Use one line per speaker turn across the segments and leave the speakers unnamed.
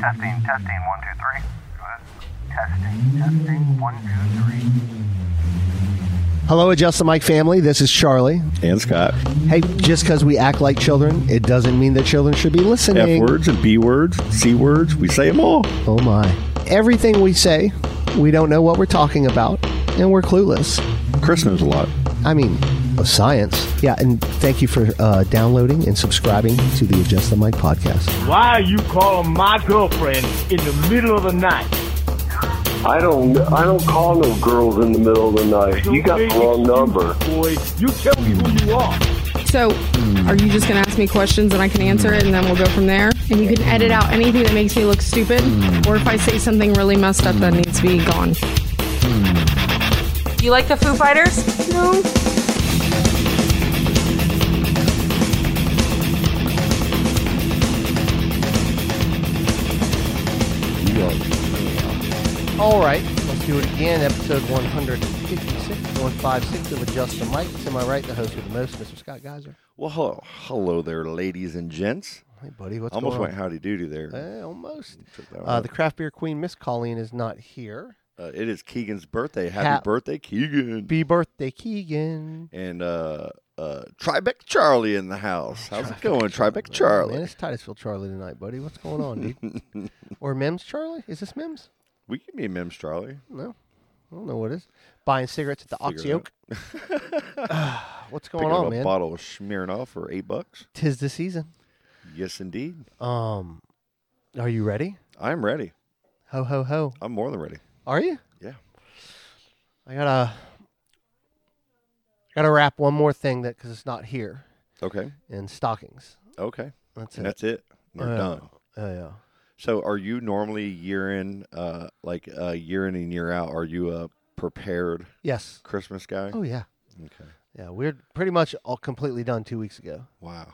Testing, testing, one, two, three. Testing, testing, one, two, three.
Hello, Adjust the Mic family. This is Charlie.
And Scott.
Hey, just because we act like children, it doesn't mean that children should be listening.
F words and B words, C words, we say them all.
Oh, my. Everything we say, we don't know what we're talking about, and we're clueless.
Chris knows a lot.
I mean, of science. Yeah, and thank you for uh, downloading and subscribing to the Adjust the Mic podcast.
Why are you calling my girlfriend in the middle of the night?
I don't. I don't call no girls in the middle of the night. You got the wrong number.
Boy, you tell me who you are.
So, are you just going to ask me questions and I can answer it and then we'll go from there? And you can edit out anything that makes me look stupid or if I say something really messed up that needs to be gone. You like the Foo Fighters? No.
All right, let's do it again. Episode 156, 156 of Adjust the Mic. To my right, the host with the most, Mr. Scott Geiser.
Well, hello, hello there, ladies and gents.
Hey, buddy, what's
Almost
going
went
on?
howdy doody there.
Eh, almost.
Took that one
Uh,
up.
the craft beer queen, Miss Colleen, is not here.
Uh, it is Keegan's birthday. Happy
Hap-
birthday, Keegan.
Be birthday, Keegan.
and uh, uh, Tribeca Charlie in the house. How's it going, Tribeca
Man,
Charlie?
it's Titusville Charlie tonight, buddy. What's going on, dude? or Mims Charlie? Is this Mims?
We can be Mims Charlie.
No, I don't know what it is. Buying cigarettes at the Oxy
Figure it
Oak. What's going
Picking up
on,
a
man?
bottle of Smirnoff for eight bucks.
Tis the season.
Yes, indeed.
Um, are you ready?
I'm ready.
Ho ho ho!
I'm more than ready.
Are you?
Yeah.
I gotta, I gotta wrap one more thing that because it's not here
Okay.
in stockings.
Okay.
That's
And
it.
that's it. We're
Yeah.
done.
Oh yeah.
So, are you normally year in, uh, like uh, year in and year out? Are you a prepared
Yes.
Christmas guy?
Oh yeah.
Okay.
Yeah. We're pretty much all completely done two weeks ago.
Wow.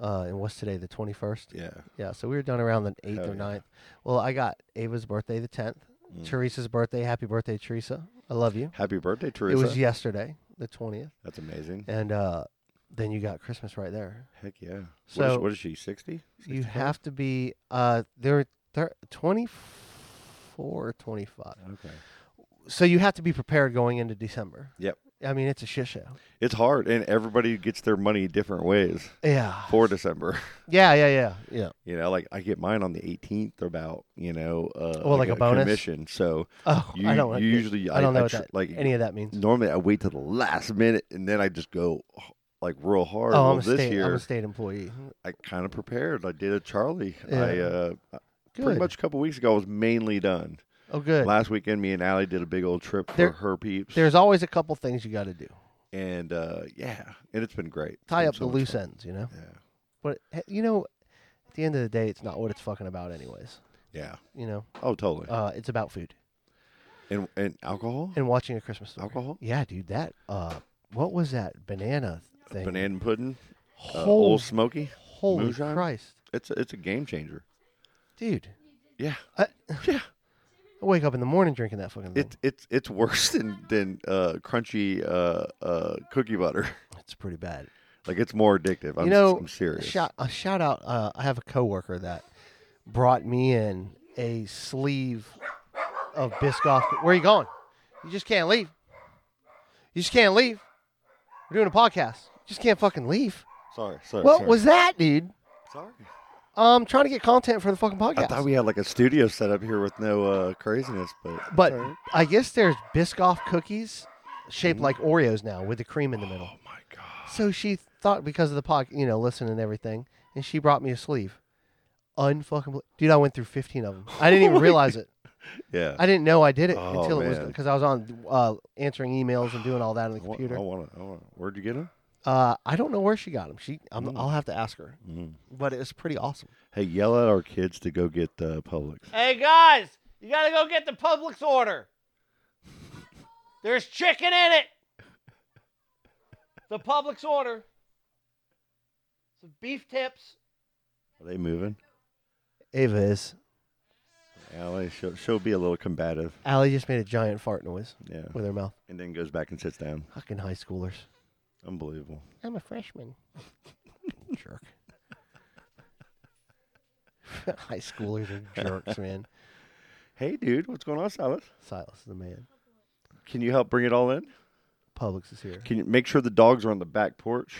Uh, and what's today? The twenty first.
Yeah.
Yeah, so we were done around the eighth
Hell
or
yeah. Mm.
9th. Well, I got Ava's birthday the tenth, Teresa's birthday. Happy birthday, Teresa! I love you.
Happy birthday, Teresa.
It was yesterday, the twentieth,
That's amazing.
and uh, then you got Christmas right there.
Heck yeah. what
So-
is, what is she? Sixty?
You have to be uh, there. Thir- 24, 25.
Okay.
So you have to be prepared going into December.
Yep.
I mean, it's a shit show.
It's hard, and everybody gets their money different ways
Yeah.
for December.
Yeah, yeah, yeah, yeah.
You know, like I get mine on the 18th about you know, uh,
Oh, like a bonus?
commission. So
Oh,
you,
I don't.
you usually
I don't know what
tr-
that,
like
any of that means.
normally I wait till the last minute and then I just go h- like real hard.
oh,
well,
I'm a
this
state. I'm
year
a state employee.
I kind of prepared. I did a Charlie. I
Yeah.
uh,
Good.
pretty much a couple weeks ago I was mainly done.
Oh, good.
Last weekend, me and Allie did a big old trip for
There-
her peeps,
There's always a couple things you got to do.
and uh, yeah, and it's been great. It's
tie
been
up
so
the
much
loose
fun.
ends, you know.
Yeah,
But eh, you know, at the end of the day, it's not what it's fucking about, anyways.
yeah.
You know,
Oh, totally.
uh, it's about food
and and alcohol,
and watching a Christmas story.
alcohol,
Yeah, dude, that. Uh, what was that banana thing?
banana pudding,
Holy-
uh, old smoky.
Holy
moonshine?
Christ,
It's a, it's a game changer.
dude!
Yeah,
I,
yeah.
I wake up in the morning drinking that fucking thing.
It's it's it's worse than than uh, crunchy uh, uh, cookie butter.
it's pretty bad.
Like it's more addictive. I'm,
you know,
I'm serious.
A shout, a shout out. Uh, I have a coworker that brought me in a sleeve of Biscoff. Where you going? You just can't leave. You just can't leave. We're doing a podcast. You just can't fucking leave.
Sorry, sorry.
What
sorry.
was that, dude?
Sorry.
I'm trying to get content for the fucking
I
podcast.
thought we had like a studio set up here with no uh, craziness, but
but
Sorry. Hmm?
I guess there's Biscoff cookies shaped like Oreos now with the cream in the middle.
oh my god,
So she thought because of the podcast, you know, listening and everything, and she brought me a sleeve. Unfucking bel- dude, I went through fifteen of them. I didn't even realize it.
yeah.
I didn't know I did it
Oh,
until it was
man.
because I was on uh, answering emails and doing all that on the
I wa-
computer.
I want to. I want. Where'd you get them?
Uh, I don't know where she got them. She, I'm,
Mm.
I'll have to ask her.
Mm-hmm.
But it was pretty awesome.
Hey, yell at our kids to go get the Publix.
Hey guys, you gotta go get the Publix order. There's chicken in it. The Publix order. Some beef tips.
Are they moving?
Ava is.
Allie, she'll, she'll be a little combative.
Allie just made a giant fart noise
Yeah.
with her mouth.
And then goes back and sits down.
Fucking high schoolers.
Unbelievable.
I'm a freshman. Jerk. High schoolers are jerks, man.
Hey, dude, what's going on, Silas?
Silas is the man.
Can you help bring it all in?
Publix is here.
Can you make sure the dogs are on the back porch?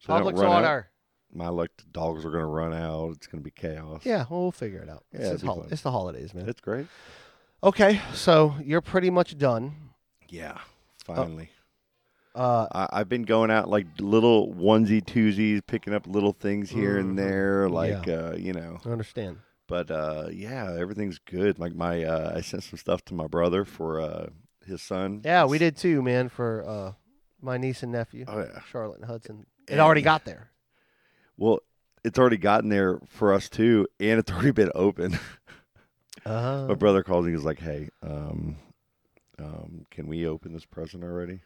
So they don't
Publix
run out?
order.
My luck, the dogs are going to run out. It's going to be chaos.
Yeah, well, we'll figure it out. It's,
Yeah,
just
it'd be
hol-
fun.
it's the holidays, man.
That's great.
Okay, so you're pretty much done.
Yeah, finally.
Uh,
I, I've been going out like little onesie twosies, picking up little things here and there, like uh, you know.
I understand.
But uh, yeah, everything's good. Like my, uh, I sent some stuff to my brother for uh, his son.
Yeah, we did too, man, for uh, my niece and nephew,
Oh yeah.
Charlotte and Hudson. It already
And-
got there.
Well, it's already gotten there for us too, and it's already been open. my
Uh,
brother calls and he's like, "Hey, um, um, can we open this present already,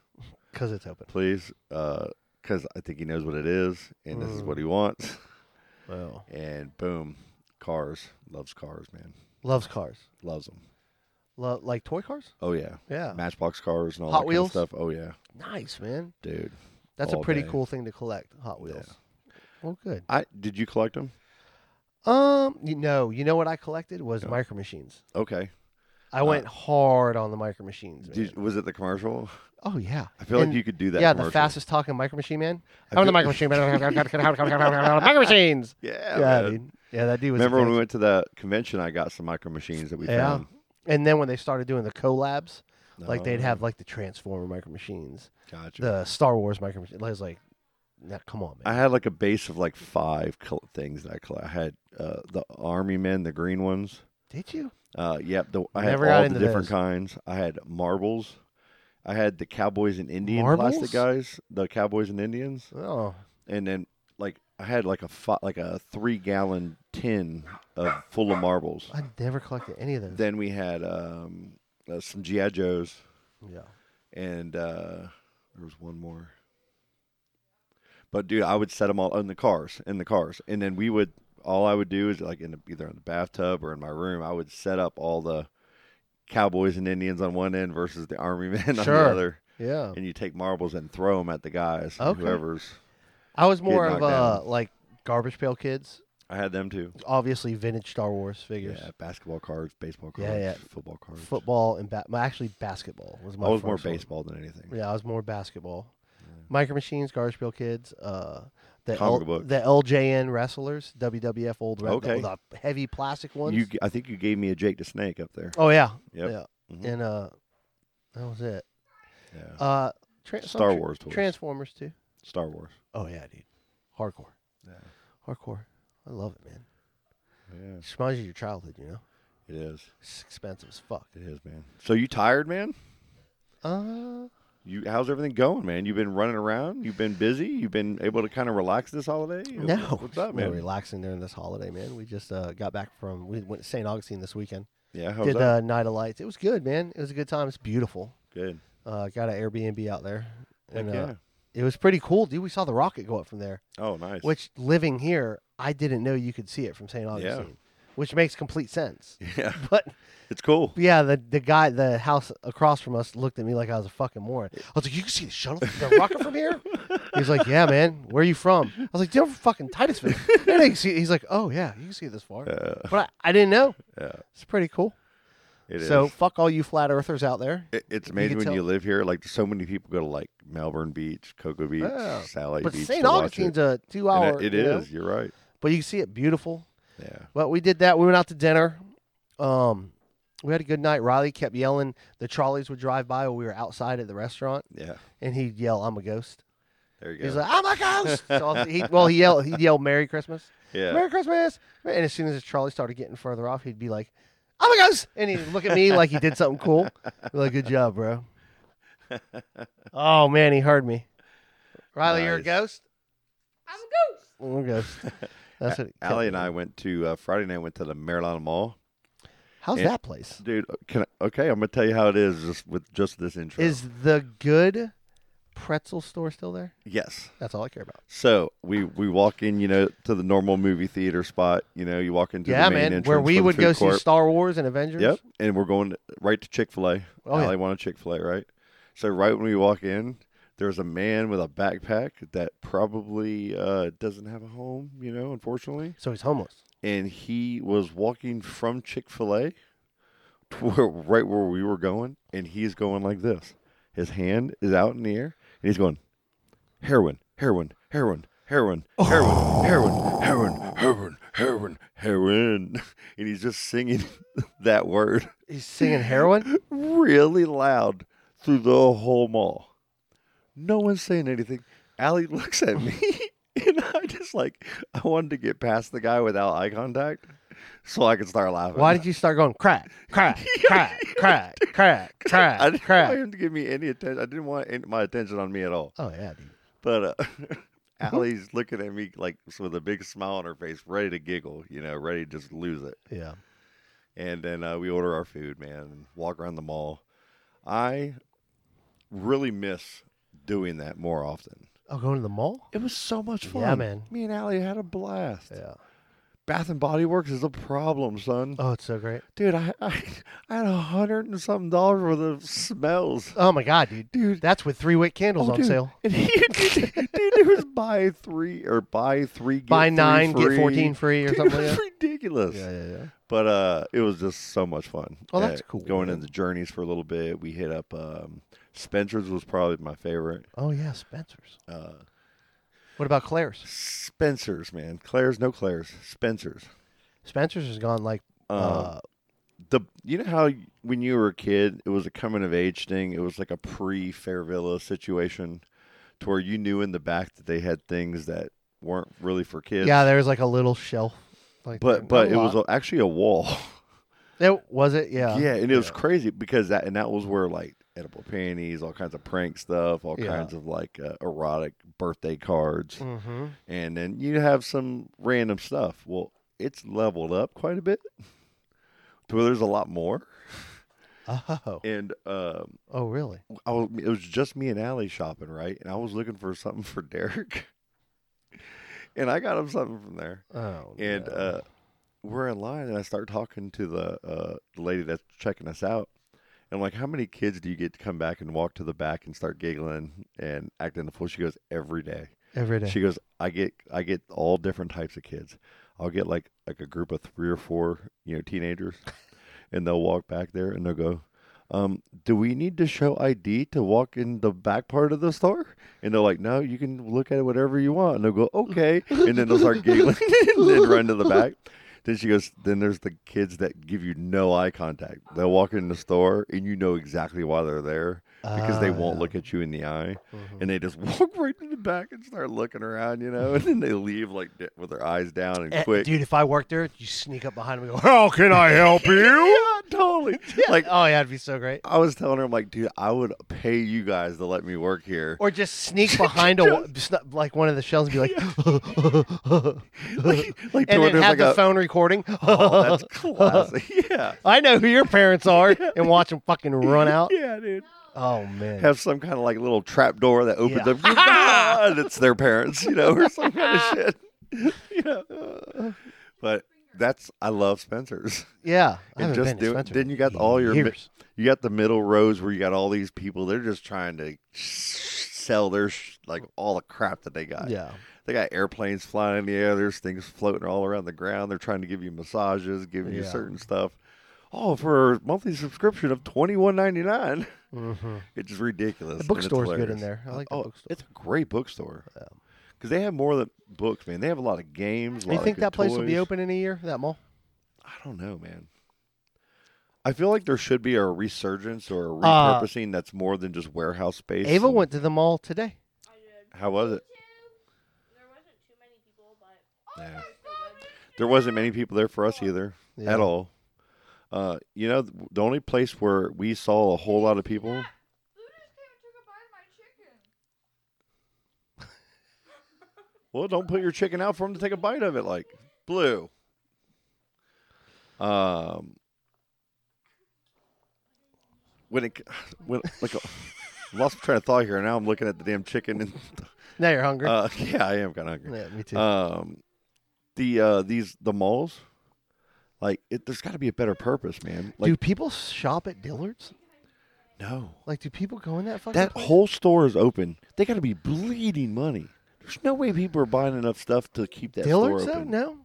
Because it's open.
please?" Because I think he knows what it is, and this is what he wants.
Well,
And boom, cars. Loves cars, man.
loves cars.
Loves them.
Lo- like toy cars?
Oh yeah.
Yeah.
Matchbox cars and all
Uh, Hot
that
Wheels?
kind of stuff. Oh yeah,
Nice, man.
dude.
That's a
All
pretty
day.
cool thing to collect, Hot Wheels. Well, good.
I did you collect them?
Um, you know, you know what I collected was micro machines.
Okay.
I went hard on the micro machines. Man.
Uh, Did, was it the commercial?
oh yeah.
I feel like
And-
you could do that
Yeah,
commercial.
the fastest talking micro machine man.
I
I own the
feel-
micro machine. man. micro machines.
Yeah.
Yeah,
man.
dude. Yeah, that dude was.
Remember when we
intense.
went to the convention? I got some micro machines that we
Yeah.
found.
And then when they started doing the collabs, like they'd
Oh,
have like the Transformer micro machines,
Gotcha.
the Star Wars micro machines. I was like, nah, come on,
I
man.
had like a base of like five col- things that I collect. I had uh, the army men, the green ones.
Did you?
Uh, yep. The, I had
Never got
all the
into
different
those.
kinds. I had marbles. I had the cowboys and Indian
Marbles?
plastic guys. The cowboys and Indians.
Oh,
and then like I had like a fi- like a three gallon tin of full of marbles.
I never collected any of those.
Then we had um, uh, some GI Joes,
yeah.
and uh, there was one more. But dude, I would set them all in the cars, in the cars, and then we would. All I would do is like in the, either in the bathtub or in my room, I would set up all the cowboys and Indians on one end versus the army men on
Sure.
the other,
Yeah.
and you take marbles and throw them at the guys,
Okay.
whoever's.
I was more of
knocked
uh
down.
like garbage pail kids.
I had them too.
Obviously, vintage Star Wars figures.
Yeah, basketball cards, baseball cards,
Yeah, yeah.
football cards.
Football and ba- well, actually basketball was
I
my.
was more
first one.
baseball than anything.
Yeah, I was more basketball. Micro Machines, Garbage Pail Kids, uh, the
Comic
L-
books.
the LJN wrestlers, WWF old re-
Okay.
the, the heavy plastic ones.
You, g- I think you gave me a Jake the Snake up there.
oh yeah,
Yep.
yeah,
Mhm.
and uh, that was it.
Yeah.
Uh, tra- some
Star
tr-
Wars toys.
Transformers too.
Star Wars.
Oh yeah, dude, hardcore,
Yeah.
hardcore. I love it, man.
Yeah.
Just reminds you of your childhood, you know.
It is.
It's expensive as fuck.
It is, man. So you tired, man?
Uh,
You how's everything going, man? You've been running around. You've been busy. You've been able to kind of relax this holiday.
no,
What's up,
we're
man?
relaxing during this holiday, man. We just uh, got back from we went to St. Augustine this weekend.
yeah. How's
Did
that?
uh, Night of Lights. It was good, man. It was a good time. It's beautiful.
Good.
Uh, got an Airbnb out there,
Heck
and
yeah.
uh, it was pretty cool, dude. We saw the rocket go up from there.
Oh, nice.
Which living here, I didn't know you could see it from St. Augustine, which makes complete sense.
yeah,
But
it's cool.
yeah, the the guy, the house across from us looked at me like I was a fucking moron. I was like, "You can see the shuttle, the rocket from here." He's like, "Yeah, man. Where are you from?" I was like, "Dude, I'm from fucking Titusville." "No, no, you can see- He's like, "Oh yeah, you can see it this far,"
Uh,
but I, I didn't know.
yeah,
It's pretty cool.
it is.
so fuck all you flat earthers out there.
It- it's
You
amazing
can
when
tell-
you live here. Like so many people go to like Melbourne Beach, Cocoa Beach,
Yeah.
Sally
But
Beach.
St.
to watch
Augustine's
it.
a two
And
hour.
it- it
you know,
is. You're right.
But you can see it beautiful.
Yeah.
But we did that. We went out to dinner. Um, we had a good night. Riley kept yelling. The trolleys would drive by while we were outside at the restaurant,
Yeah.
and he'd yell, "I'm a ghost."
There you go.
He's like, "I'm a ghost." so I was- he, well, he yelled. He yelled, "Merry Christmas,
yeah.
Merry Christmas!" And as soon as the trolley started getting further off, he'd be like, "I'm a ghost," and he'd look at me like he did something cool. Be like, "Good job, bro." oh man, he heard me. Riley, you're a
Nice.
ghost. I'm a ghost. I'm a ghost. That's what. he kept
Allie and I
yelling.
went to uh, Friday night. Went to the Maryland Mall,
How's
and-
that place?
dude. uh, Can I, okay, I'm gonna tell you how it is just with just this intro.
Is the good pretzel store still there?
yes.
That's all I care about.
So we we walk in, you know, to the normal movie theater spot. You know, you walk into
yeah,
the main
man.
entrance
Where
for
we
the
would
food
go
court.
see Star Wars and Avengers.
Yep, and we're going right to Chick Fil A.
Oh, yeah.
Allie wanted Chick Fil A, right? So right when we walk in, There's a man with a backpack that probably uh, doesn't have a home, you know, unfortunately.
So he's homeless.
And he was walking from Chick fil A right where we were going. And he's going like this his hand is out in the air and he's going, heroin, heroin, heroin, heroin, heroin, heroin, heroin, heroin, heroin, heroin. And he's just singing that word
He's singing heroin.
really loud through the whole mall. No one's saying anything. Allie looks at me, and I just like I wanted to get past the guy without eye contact, so I could start laughing.
Why did you start going crack, crack, crack, crack, crack,
I
crack,
didn't want
crack?
him to give me any attention. I didn't want any, my attention on me at all.
Oh yeah, dude.
But uh, Allie's looking at me like with a big smile on her face, ready to giggle. You know, ready to just lose it.
Yeah.
and then uh, we order our food, man, and walk around the mall. I really miss doing that more often.
Oh, going to the mall?
It was so much fun.
Yeah, man.
Me and Allie had a blast.
Yeah.
Bath and Body Works is a problem, son.
Oh, it's so great.
Dude, I, I I had a hundred and something dollars worth of smells.
Oh my god, dude.
Dude.
That's with three wick candles
Oh,
on
dude.
sale.
And he, dude, it was buy three or buy three, get
Buy
three
nine,
free.
get fourteen free or
Dude,
something
it
like
was
that.
ridiculous.
Yeah, yeah, yeah.
but uh, it was just so much fun.
Oh, that's
Uh,
cool,
Going
man.
into journeys for a little bit, we hit up um, Spencer's was probably my favorite.
Oh yeah, Spencer's.
Uh,
What about Claire's?
Spencer's, man, Claire's, no Claire's, Spencer's.
Spencer's has gone like uh,
Uh, The you know how y- when you were a kid, it was a coming of age thing. It was like a pre Fairvilla situation, to where you knew in the back that they had things that weren't really for kids.
yeah, there's like a little shelf. Like
but
there, not
but
a
it was
lot.
a, actually a wall.
it was it yeah
yeah, and it was crazy because that and that was where like edible panties, all kinds of prank stuff, all
Yeah.
kinds of like uh, erotic birthday cards,
Mm-hmm.
and then you have some random stuff. Well, it's leveled up quite a bit to where there's a lot more.
Oh,
And um,
oh really?
I was, it was just me and Allie shopping, right? And I was looking for something for Derek, and I got him something from there.
Oh,
and
no.
uh, we're in line, and I start talking to the uh, the lady that's checking us out. And I'm like, how many kids do you get to come back and walk to the back and start giggling and acting the fool? She goes, every day.
every day.
She goes, I get I get all different types of kids. I'll get like like a group of three or four, you know, teenagers, and they'll walk back there and they'll go, um, "Do we need to show ID to walk in the back part of the store?" And they're like, "No, you can look at it whatever you want." And they'll go, "Okay," and then they'll start giggling and then run to the back. Then she goes, then there's the kids that give you no eye contact. They'll walk in the store and you know exactly why they're there because they
Ah,
won't look at you in the eye
Mm-hmm.
and they just walk right to the back and start looking around, you know, and then they leave like d- with their eyes down and
Eh,
quick.
Dude, if I worked there, you sneak up behind me and go, How can I help you?
Yeah, totally. Like
like, oh, yeah, it'd be so great.
I was telling her, I'm like, dude, I would pay you guys to let me work here.
Or just sneak behind a wa- sn- like one of the shelves and be like,
like, like to
and then
where there's
have
like
the
a,
phone recording.
Oh, that's classic. yeah.
I know who your parents are, and watch them fucking run out.
Yeah, dude.
Oh man,
Have some kind of like little trap door that opens
Yeah.
up, "Ah," and it's their parents, you know, or some kind of shit. yeah. But that's I love Spencer's.
yeah. I
and
haven't
just
been to
do,
Spencer's
then you got
in
all your mi-
years.
you got the middle rows where you got all these people they're just trying to sell their sh- like all the crap that they got
yeah.
they got airplanes flying in the air there's things floating all around the ground they're trying to give you massages giving you
Yeah.
certain stuff oh for a monthly subscription of 21.99
Mm-hmm.
it's just ridiculous
The
and it's
bookstore's good in there.
hilarious.
I like the
oh
bookstore.
it's a great bookstore because they have more than books man they have a lot of games a
Do you
lot of
think
good
that place will be
toys.
open in a year? That mall?
I don't know, man. I feel like there should be a resurgence or a
Uh,
repurposing that's more than just warehouse space.
Ava
and-
went to the mall today.
How was it?
There wasn't too many people, but
Yeah.
it was still good.
There wasn't many people there for us either
Yeah.
at all. Uh, you know, th- the only place where we saw a whole lot of people.
Who just came and took a bite of my chicken?
Well, don't put your chicken out for them to take a bite of it, like blue. Um, when it c- when like a, lost my train of thought here. Now I'm looking at the damn chicken and
Now you're hungry.
Uh, yeah, I am kind of hungry.
yeah, me too.
Um, the uh, these the malls, like it, there's got to be a better purpose, man. Like
Do people shop at Dillard's?
No.
Like, do people go in that fucking?
That
place?
whole store is open. They got to be bleeding money. There's no way people are buying enough stuff to keep that
Dillard's
store
though?
open.
No.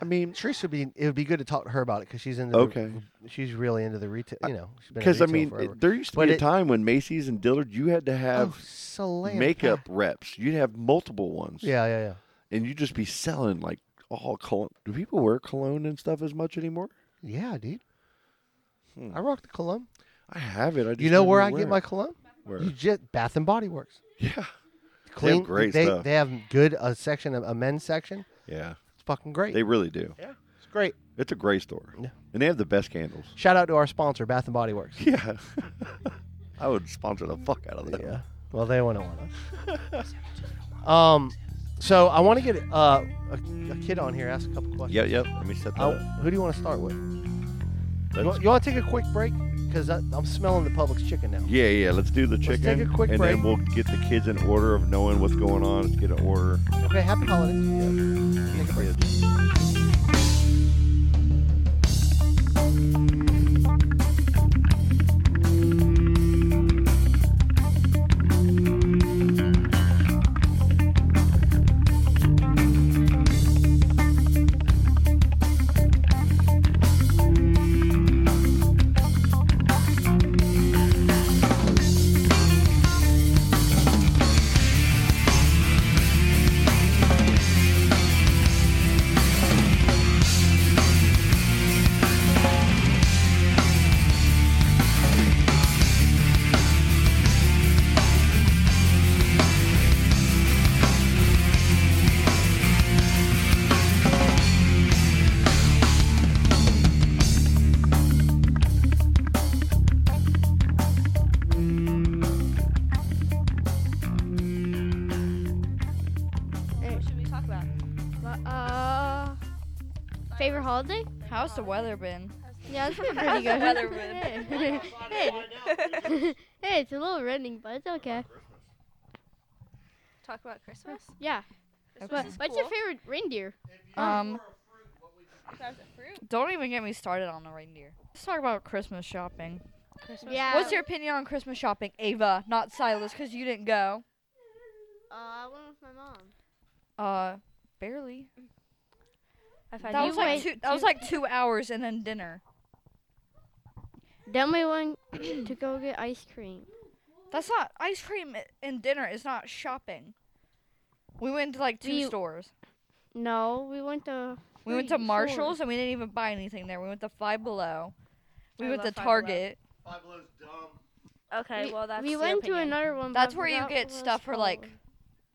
I mean,
Teresa would be. It would be good to talk to her about it because she's into.
Okay.
The, she's really into the retail. You know, she's been in
because I
retail
mean,
forever.
it- there used to
But
be a
it-
time when Macy's and Dillard, you had to have
oh, slam
makeup
pack.
reps. You'd have multiple ones.
Yeah, yeah, yeah.
and you'd just be selling like all cologne. Do people wear cologne and stuff as much anymore?
Yeah, dude. I rock the cologne.
Hmm. I have it. I just
You know
never
where I
wear
get
it.
my cologne?
Where?
You just Bath and Body Works.
yeah,
Clean.
great
they,
stuff.
They have good a section, a men's section.
yeah.
It's fucking great.
They really do.
it's great.
It's a great store,
Yeah.
and they have the best candles.
Shout out to our sponsor, Bath and Body Works.
Yeah, I would sponsor the fuck out of that.
Yeah. Well, they wouldn't want us. um, so I want to get uh, a, a kid on here, ask a couple questions.
Yeah, yep. Let me set that
I-
up.
who do you want to start with? You
That's-
want, to take a quick break? Because I'm smelling the public's chicken now.
yeah, yeah. Let's do the
take
chicken,
a quick
and
break.
then we'll get the kids in order of knowing what's going on. Let's get an order.
Okay, happy holidays. Take a break.
What should we talk about?
Uh, favorite holiday?
How's the weather been?
Yeah, it's pretty good.
weather
hey, hey, it's a little raining, but it's okay.
Talk about Christmas?
Yeah.
Christmas
But
is
what's your
cool.
favorite reindeer?
Um,
Besides the fruit.
don't even get me started on the reindeer. Let's talk about Christmas shopping.
Uh,
Yeah.
What's your opinion on Christmas shopping, Ava? Not Silas, because you didn't go.
Uh, I went with my mom.
Uh, barely.
I've
That was like two. That was like two hours and then dinner.
Then we went to go get ice cream.
That's not ice cream i- and dinner is not shopping. We went to like two
We-
stores.
No, we went to.
We went
three,
to
four.
Marshalls and we didn't even buy anything there. We went to Five Below. We
I
went to
love Five Below.
Target.
Okay,
we,
well that's
we
your
went to
opinion.
another one. but
That's
I
where you
forgot
get
what it's
stuff for like
called.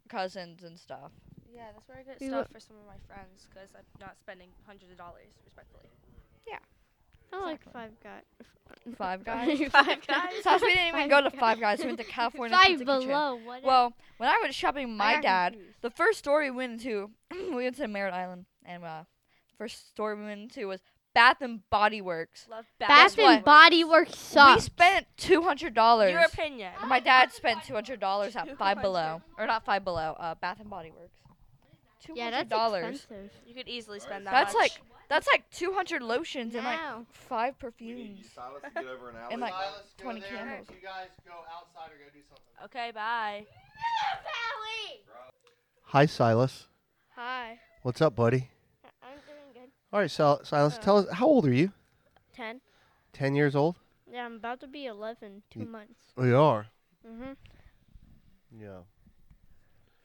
cousins and stuff.
Yeah, that's where I get
We
stuff
went-
for some of my friends because I'm not spending hundreds of dollars, respectfully.
I like
Exactly.
Five Guys.
Five Guys.
Five Guys.
Besides, we didn't even go to Five Guys. We went to California
Five
Pizza Kitchen.
Below. What?
Well, when I went shopping with
I
my
got
dad,
confused.
the first store we went to, we went to Merritt Island, and uh, the first store we went to was Bath and Body Works.
Love
Bath and Body Works
We
sucks.
spent two hundred dollars.
Your opinion.
My dad spent two hundred dollars at Five
200.
Below, or not Five Below, uh, Bath and Body Works. Two
yeah,
hundred
that's
dollars.
expensive.
You could easily spend that.
That's
much.
like that's like two hundred lotions and
Wow.
like five perfumes. And like twenty candles.
You guys go outside or go do something.
Okay, bye.
Hi, Silas.
Hi,
What's up, buddy?
I'm doing good.
All right, Sil- Silas, tell us how old are you?
Ten.
Ten years old.
Yeah, I'm about to be eleven.
Mm.
Two months.
We are. Mm-hmm.
Mhm.
Yeah.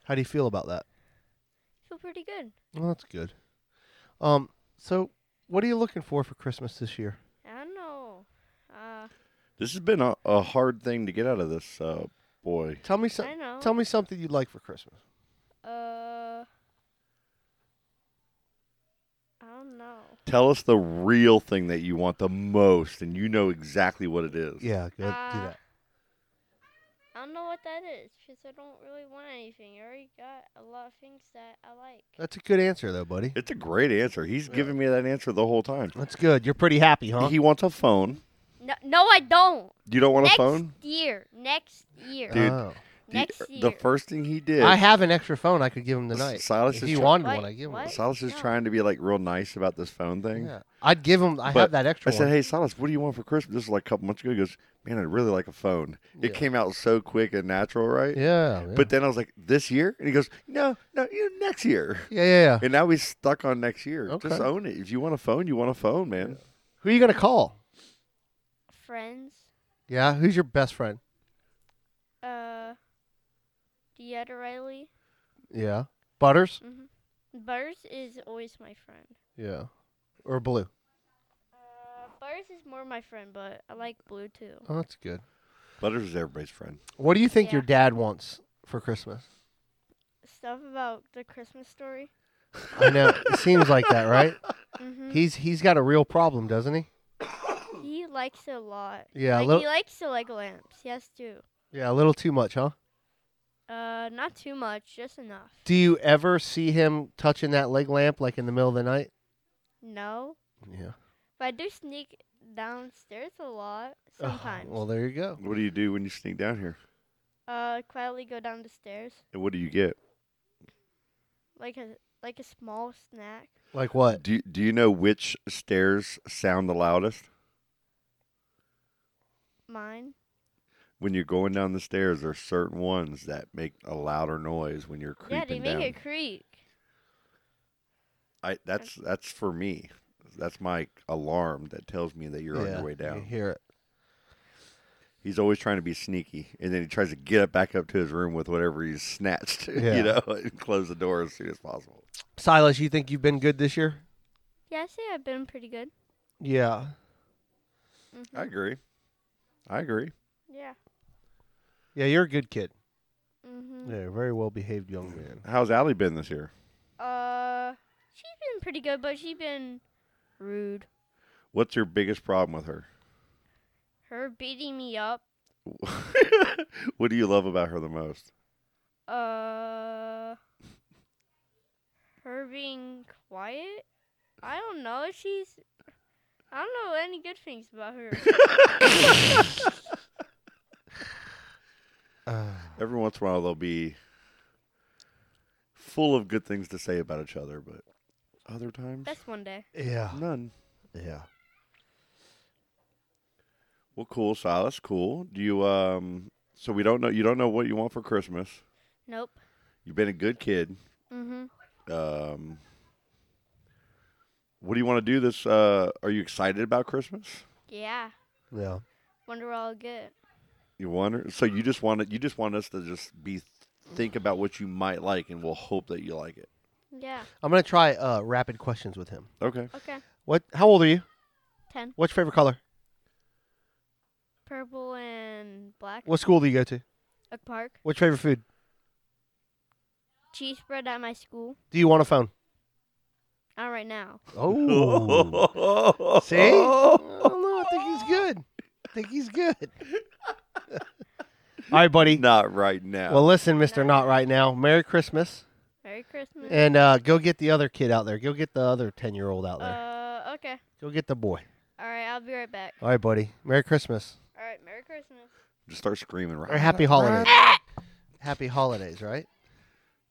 How do you feel about that?
Feel pretty good.
Well, that's good. Um, so what are you looking for for Christmas this year?
I don't know. Uh,
This has been a, a hard thing to get out of this uh, boy.
Tell me some.
I know.
Tell me something you'd like for Christmas.
uh, I don't know.
Tell us the real thing that you want the most, and you know exactly what it is.
Yeah, go do
Uh,
that.
I don't know what that is because I don't really want anything. I already got a lot of things that I like.
Uh,
That's a good answer, though, buddy.
It's a great answer. He's giving me that answer the whole time.
That's good. You're pretty happy, huh?
He wants a phone.
No, no, I don't.
You don't want
Next
a phone?
year, next year.
Dude,
Oh.
The-
Next year.
The first thing he did,
I have an extra phone I could give him
S-
tonight.
Silas
if
is
he
try-
wanted
What?
one, I give him.
What?
Silas is
No.
trying to be like real nice about this phone
One.
thing.
Yeah. I'd give him. I
But
have that extra
I said,
one.
"Hey, Silas, what do you want for Christmas?" This was like a couple months ago. He goes, "Man, I'd really like a phone." It
Yeah.
came out so quick and natural, right?
yeah, yeah.
But then I was like, "This year?" And he goes, "No, no, you know, next year."
yeah, yeah, yeah.
And now he's stuck on next year. Just
Okay.
own it. If you want a phone, you want a phone, man.
Who are you gonna call?
Friends.
Yeah, who's your best friend?
Uh. Dieta Riley.
Yeah, Butters.
Bars is always my friend.
Yeah, or Blue.
Uh, Bars is more my friend, but I like Blue too.
Oh, that's good.
Butters is everybody's friend.
What do you think
Yeah.
your dad wants for Christmas?
Stuff about the Christmas story.
I know it seems like that, right?
hmm
He's he's got a real problem, doesn't he?
He likes it a lot.
Yeah, a
like,
little-
he likes to like lamps. He has to.
Yeah, a little too much, huh?
Uh, not too much, just enough.
Do you ever see him touching that leg lamp like in the middle of the night?
No,
Yeah.
but I do sneak downstairs a lot
Ugh,
sometimes.
well, there you go.
What do you do when you sneak down here?
uh, quietly go down the stairs
And what do you get?
like a like a small snack.
Like what?
Do you, Do you know which stairs sound the loudest
Mine.
when you're going down the stairs? There's certain ones that make a louder noise when you're creeping
yeah, they
down.
make it creak.
I that's that's for me. That's my alarm that tells me that you're on
Yeah,
your way
You
down.
hear it.
He's always trying to be sneaky, and then he tries to get up back up to his room with whatever he's snatched,
Yeah.
you know, and close the door as soon as possible.
Silas, you think you've been good this year?
Yeah, I say I've been pretty good.
Yeah.
I agree. I agree.
Yeah.
Yeah, you're a good kid.
Mhm.
Yeah, very well behaved young man.
How's Allie been this year?
Uh, she's been pretty good, but she's been rude.
What's your biggest problem with her?
Her beating me up.
what do you love about her the most?
Uh, her being quiet. I don't know. She's. I don't know any good things about her.
Every once in a while, they'll be full of good things to say about each other, but other times,
That's one day.
Yeah.
none.
Yeah.
Well, cool, Silas. Cool. Do you um? So we don't know. You don't know what you want for Christmas.
Nope.
You've been a good kid.
Mhm.
Um. What do you want to do this? Uh, are you excited about Christmas?
Yeah.
Yeah.
Wonder what I'll get.
You wonder. So you just want to, You just want us to just be think about what you might like, and we'll hope that you like it.
Yeah.
I'm gonna try uh, rapid questions with him.
Okay.
Okay.
What? How old are you?
Ten.
What's your favorite color?
Purple and black.
What school do you go to?
A park.
What's your favorite food?
Cheese spread at my school.
Do you want a phone?
Not right now.
Oh. See? I
Oh.
don't know. I think he's good. I think he's good. All right, buddy.
Not right now.
Well, listen, Mister, not right now. Merry Christmas,
Merry Christmas.
and uh, go get the other kid out there. Go get the other ten-year-old out there.
Uh. Okay.
go get the boy.
All right. I'll be right back.
All right, buddy. Merry Christmas
All right. Merry Christmas.
just start screaming.
or
Right.
happy holidays. happy holidays, right?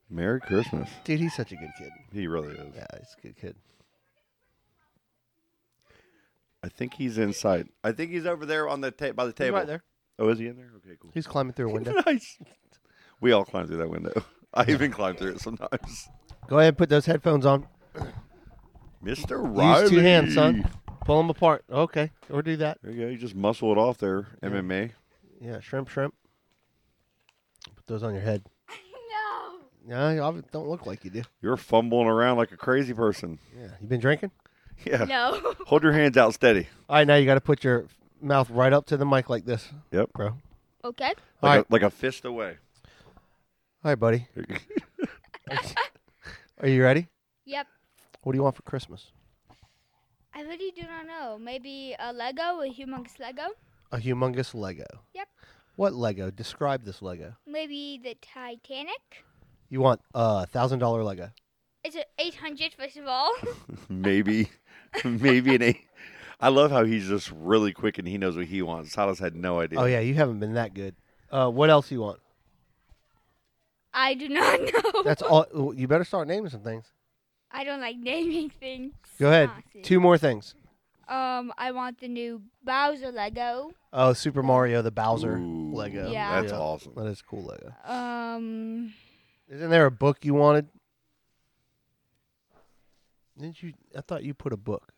Merry Christmas.
Dude, he's such a good kid.
He really is.
Yeah, he's a good kid.
I think he's inside. I think he's over there on the ta- by the
He's
table.
right there.
Oh, is he in there? Okay, cool.
He's climbing through a window.
nice. We all climb through that window. I even climb through it sometimes.
Go ahead, and put those headphones on.
Mr. Riley.
Use two hands, son. Pull them apart. Okay, or do that.
There you go. You just muscle it off there, MMA.
Yeah, shrimp, shrimp. Put those on your head.
No.
No, you obvi- don't look like you do.
You're fumbling around like a crazy person.
Yeah, you been drinking?
Yeah.
No.
Hold your hands out steady.
All right, now you got to put your mouth right up to the mic like this,
Yep.
bro. All
okay.
Like,
right,
a, like a fist away.
all right, buddy. Are you ready?
Yep.
What do you want for Christmas?
I really do not know. Maybe a Lego, a humongous Lego.
A humongous Lego.
Yep.
What Lego? Describe this Lego.
Maybe the Titanic.
You want a thousand dollar Lego?
It's a 800, first of all.
maybe, maybe an eight. I love how he's just really quick and he knows what he wants. Silas had no idea.
Oh yeah, you haven't been that good. Uh, what else you want?
I do not know.
That's all. You better start naming some things.
I don't like naming things.
Go ahead.
Sausage.
Two more things.
Um, I want the new Bowser Lego.
Oh, Super Mario the Bowser
Ooh,
Lego.
Yeah.
That's awesome.
That is cool Lego.
Um,
Isn't there a book you wanted? Didn't you? I thought you put a book.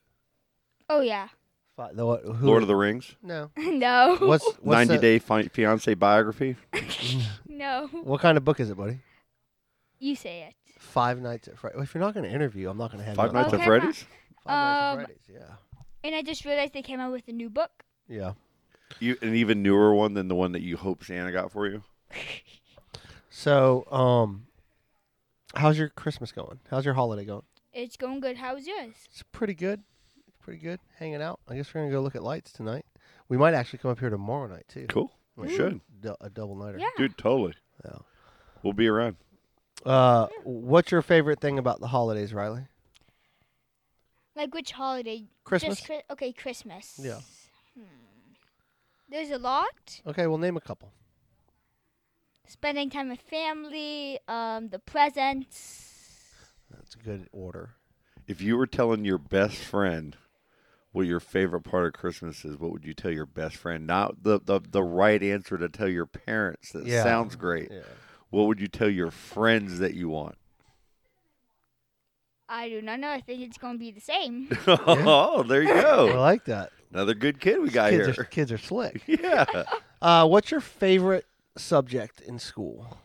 oh yeah.
Fi- The, what, who,
Lord of the Rings,
No.
no.
What's, what's
90
the-
Day fi- Fiance biography.
No.
What kind of book is it, buddy?
You say it.
Five Nights at Freddy's. If you're not going to interview, I'm not going to have
Five
you. on-
Nights
Okay,
at
fine.
Freddy's.
Five
Um,
Nights at Freddy's.
And I just realized they came out with a new book.
Yeah. Yeah.
You, an even newer one than the one that you hope Santa got for you.
So, um, how's your Christmas going? How's your holiday going?
It's going good. How's yours?
It's pretty good. It's pretty good. Hanging out. I guess we're gonna go look at lights tonight. We might actually come up here tomorrow night too.
Cool. We Oh, should.
Du- a double nighter.
Yeah.
Dude, totally.
Yeah.
We'll be around.
Uh, what's your favorite thing about the holidays, Riley?
Like which holiday?
Christmas.
Just Chri- okay, Christmas.
Yeah.
Hmm. There's a lot.
okay, well, name a couple.
Spending time with family. Um, the presents.
That's a good order.
If you were telling your best friend what your favorite part of Christmas is, what would you tell your best friend? Not the the, the right answer to tell your parents. That
Yeah.
sounds great.
Yeah.
What would you tell your friends that you want?
I do not know. I think it's gonna be the same.
oh, there you
I
go.
like that.
Another good kid we got
kids
here.
are kids are slick.
yeah.
Uh, what's your favorite subject in school?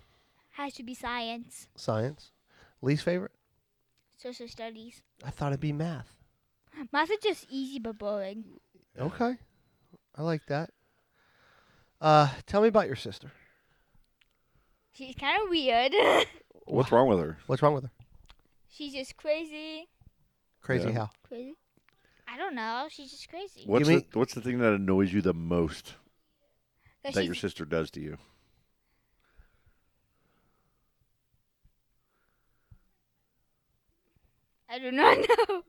Has to be science,
Science. Least favorite?
social studies.
I thought it'd be math.
Math is just easy but boring.
Okay, I like that. Uh, tell me about your sister.
She's kind of weird.
What's wrong with her?
What's wrong with her?
She's just crazy.
Crazy
Yeah.
how?
Crazy. I don't know. She's just crazy.
What's
mean-
the, what's the thing that annoys you the most that
That she's-
your sister does to you?
I do not know.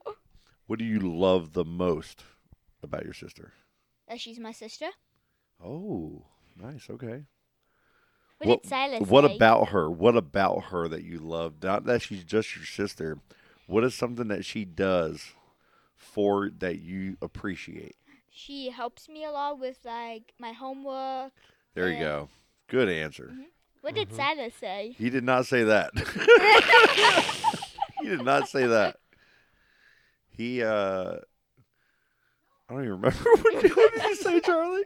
What do you love the most about your sister?
that she's my sister.
Oh, nice. Okay.
What, did Silas
what
say?
about her? What about her that you love? Not that she's just your sister. What is something that she does for that you appreciate?
She helps me a lot with like my homework.
There you
Yeah.
go. Good answer.
What
Mm-hmm.
did Silas say?
He did not say that. he did not say that. He uh I don't even remember what, did- what did you say, Charlie?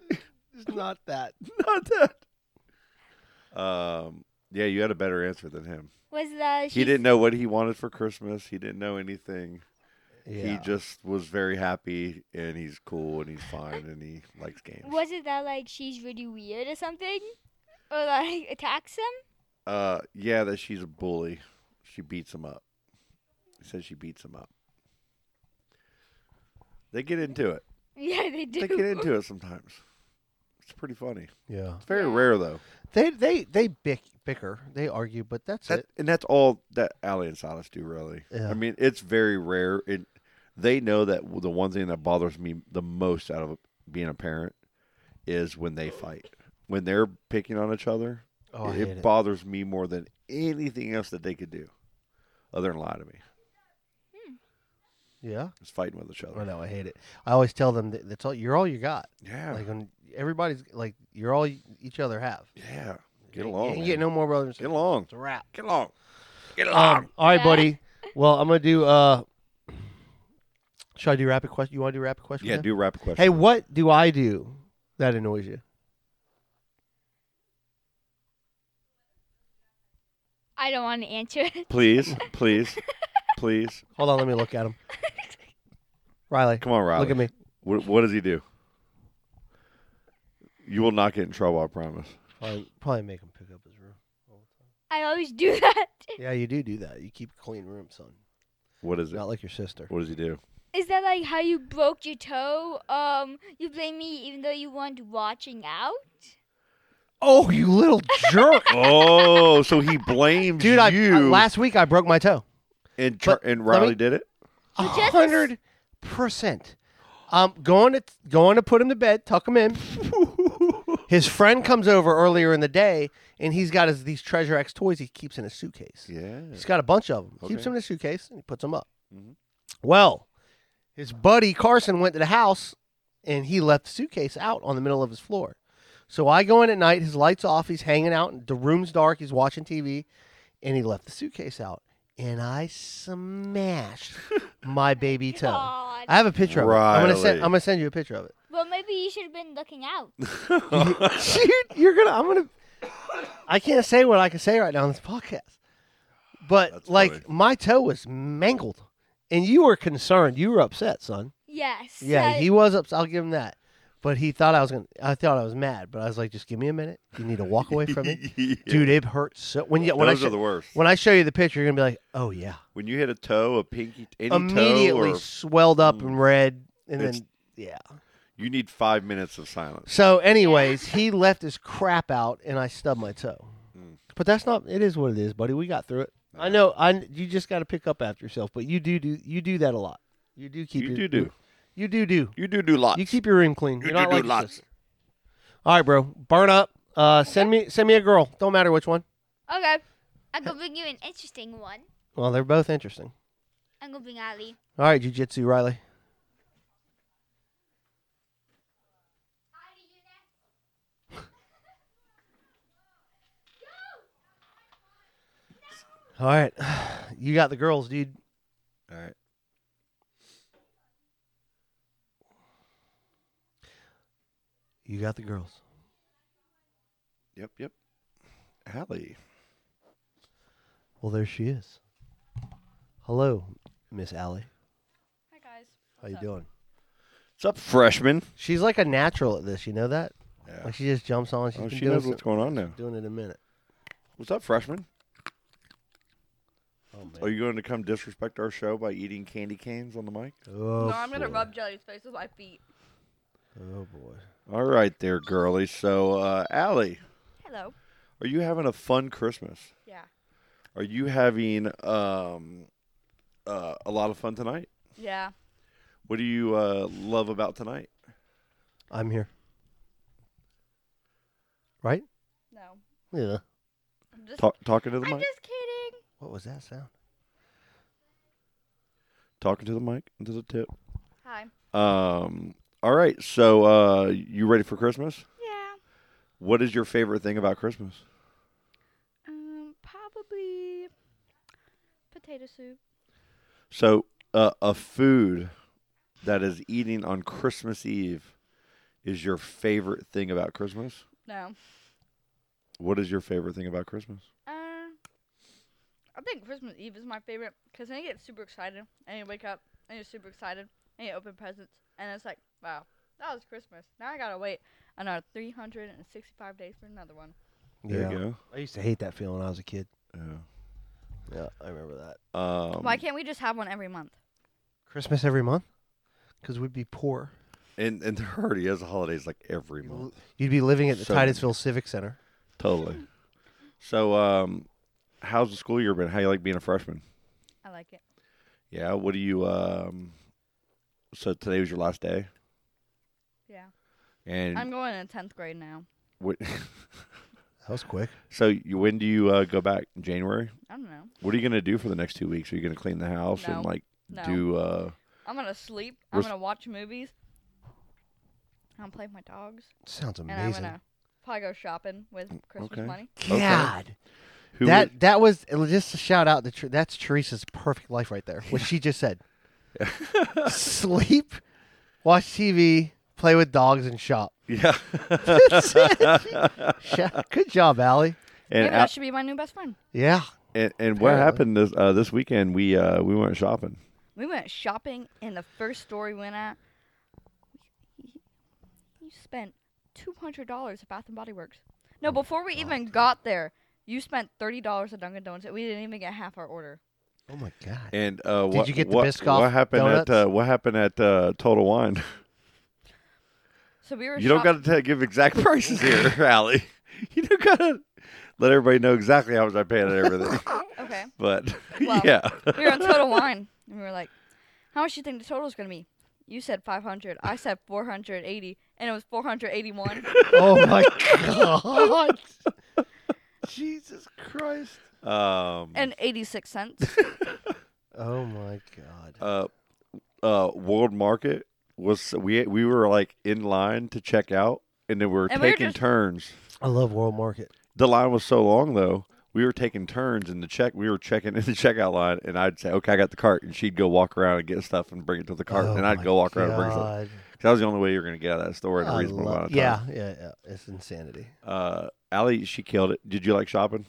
It's not that.
Not that. Um yeah, you had a better answer than him.
Was that
He didn't know what he wanted for Christmas. He didn't know anything. He
Yeah.
just was very happy and he's cool and he's fine and he likes games.
Was it that like she's really weird or something, or like attacks him?
Uh yeah, that she's a bully. She beats him up. He says she beats him up. They get into it.
Yeah, they do.
They get into it sometimes. It's pretty funny.
yeah.
It's very rare though.
They they they bick, bicker. They argue, but that's
That,
it.
and that's all that Allie and Silas do really.
Yeah.
I mean, it's very rare. It they know that the one thing that bothers me the most out of being a parent is when they fight. When they're picking on each other,
Oh, I
it,
hate it.
bothers me more than anything else that they could do, other than lie to me.
Yeah.
It's fighting with each other.
I know. I hate it. I always tell them that that's all. You're all you got.
Yeah,
Like when everybody's like, you're all y- each other have.
yeah.
You
Get
ain't-
along.
You ain't
man.
getting no more brothers. and
Get
sisters.
along.
It's a wrap.
Get along. Get along.
Um, all right,
Yeah.
buddy. Well, I'm gonna do. uh Should I do rapid question? You want to do rapid question?
yeah,
now?
do rapid question.
Hey, what do I do that annoys you?
I don't want to answer it.
please, please, please.
Hold on, let me look at him. Riley,
Come on, Riley.
look at me.
What, what does he do? You will not get in trouble, I promise.
Probably, probably make him pick up his room.
I always do that.
Yeah, you do do that. You keep a clean room, son.
What is it?
Not like your sister.
What does he do?
Is that like how you broke your toe? Um, you blame me even though you weren't watching out.
Oh, you little jerk,
oh, so he blames
dude!
you.
I, I- last week I broke my toe.
and Char-
but
and
let me-
Riley did it.
A hundred Um, percent. I'm going to going to put him to bed, tuck him in, His friend comes over earlier in the day, and he's got his these Treasure X toys he keeps in his suitcase.
Yeah.
He's got a bunch of them. Keeps
Okay.
them in his suitcase and he puts them up.
Mhm.
Well, his buddy Carson went to the house and he left the suitcase out on the middle of his floor. So I go in at night, his lights off, he's hanging out, and the room's dark, he's watching TV, and he left the suitcase out. And I smashed my baby toe.
God.
I have a picture of it. I'm gonna send
Riley.
I'm gonna send you a picture of it.
Well, maybe you should have been looking out.
Dude, you're gonna. I'm gonna. I can't say what I can say right now on this podcast, but
That's
like
funny.
my toe was mangled, and you were concerned. You were upset, son.
Yes.
Yeah,
I-
he was upset. I'll give him that. But he thought I was gonna. I thought I was mad, but I was like, just give me a minute. You need to walk away from it, dude. It hurts so when you when I
Those
sho-
are the worst.
when I show you the picture, you're gonna be like, oh yeah,
When you hit a toe, a pinky, any
immediately
toe, or Mm.
swelled up and red, and
It's-
then yeah.
you need five minutes of silence.
So, anyways, he left his crap out, and I stubbed my toe. But that's not. It is what it is, buddy. We got through it. I know. I you just got to pick up after yourself. But you do do you do that a lot. You do keep
You
your,
do do.
you do do
You do do lots.
you keep your room clean.
You
You're
do
not
do
like your
lots.
sister. All right, bro. Burn up. Uh, send me send me a girl. Don't matter which one.
Okay. I'm gonna bring you an interesting one.
Well, they're both interesting.
I'm gonna bring Ali.
All right, jujitsu, Riley. All right, you got the girls, dude.
All right.
You got the girls.
Yep. Yep. Allie.
Well, there she is. Hello, Miss Allie.
Hi guys.
How you doing?
What's up, freshman?
She's like a natural at this. You know that?
Yeah.
Like she just jumps on. She's
oh,
been
she
doing
knows
some-
what's going on now.
doing it a minute.
What's up, freshman?
Oh man.
Are you going to come disrespect our show by eating candy canes on the mic?
Oh,
no, I'm gonna
boy.
rub Jelly's face with my feet.
Oh boy.
All right, there, girly. So, uh, Allie,
Hello.
are you having a fun Christmas?
Yeah.
Are you having um, uh, a lot of fun tonight?
Yeah.
What do you uh, love about tonight?
I'm here. Right?
No.
Yeah.
I'm just.
Talk, talking to the
I'm
mic.
just kidding.
What was that sound?
Talking to the mic into the tip.
Hi.
Um, all right. So, uh, you ready for Christmas?
Yeah.
What is your favorite thing about Christmas?
Um. Probably. Potato soup.
So, uh, a food that is eating on Christmas Eve is your favorite thing about Christmas.
No.
What is your favorite thing about Christmas?
Uh. I think Christmas Eve is my favorite because then you get super excited and you wake up and you're super excited and you open presents and it's like, wow, that was Christmas. Now I gotta wait another 365 days for another one.
There you go.
I used to hate that feeling when I was a kid.
Yeah.
Yeah, I remember that.
Um,
Why can't we just have one every month?
Christmas every month? Because we'd be poor.
and and there already is holidays like every
You'd l-
month.
You'd be living at the
So-
Titusville Civic Center.
Totally. So, um, how's the school year been? How you like being a freshman?
I like it.
Yeah. What do you? Um, so today was your last day,
Yeah.
and
I'm going in 10th grade now.
what,
That was quick.
so you, when do you uh, go back? In January.
I don't know.
What are you gonna do for the next two weeks? Are you gonna clean the house and
No.
like
No.
do? Uh,
I'm gonna sleep.
Res-
I'm gonna watch movies. I'm gonna play with my dogs,
Sounds
and I'm
amazing.
gonna probably go shopping with Christmas
okay.
money.
Okay.
God,
who
that
would-
that was just a shout out to Ther- that's Teresa's perfect life right there. What she just said: sleep, watch TV, play with dogs, and shop.
yeah.
Sha- Good job, Allie.
Maybe
and,
that
a-
should be my new best friend.
Yeah,
and and what
Apparently.
happened this uh, this weekend? We uh, we went shopping.
We went shopping, and the first store we went at, you spent two hundred dollars at Bath and Body Works.
Oh
No, before we even got there, you spent thirty dollars at Dunkin' Donuts, and we didn't even get half our order.
Oh my God.
And uh,
Did
what
you get the
what,
Biscoff
what happened at
donuts?
uh, what happened at uh, Total Wine?
So we were.
you don't
shop-
got to give exact prices here, Allie. You don't got to let everybody know exactly how much I paid and everything.
Okay.
But
Well,
yeah,
we were on Total Wine, and we were like, "How much do you think the total's gonna be?" You said 500. I said 480, and it was 481.
Oh my god. Jesus Christ.
Um,
and 86 cents.
Oh my god.
uh, uh, World Market was we we were like in line to check out, and then we were
And we were
taking
just-
turns.
I love World Market.
The line was so long though. We were taking turns in the check. We were checking in the checkout line, and I'd say, "Okay, I got the cart," and she'd go walk around and get stuff and bring it to the cart,
Oh
and I'd
my
go walk around and bring stuff.
God.
'Cause That was the only way you were going to get out of that store in a
I
reasonable
lo-
amount of time.
Yeah, yeah, yeah. It's insanity.
Uh, Allie, she killed it. Did you like shopping?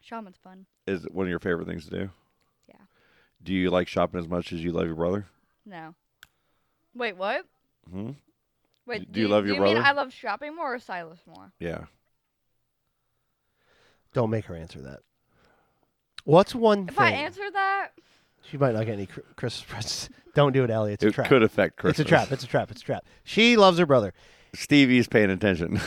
Shaman's fun.
Is it one of your favorite things to do?
Yeah.
Do you like shopping as much as you love your brother?
No. Wait, what?
Hmm?
Wait,
Do you love your
do you mean
brother?
I love shopping more or Silas more?
Yeah.
Don't make her answer that. What's one
If
thing?
I answer that,
she might not get any cr- Christmas presents. Don't do it, Allie. It's a
it
trap.
could affect Christmas.
It's a trap. It's a trap. It's a trap. She loves her brother.
Stevie's paying attention.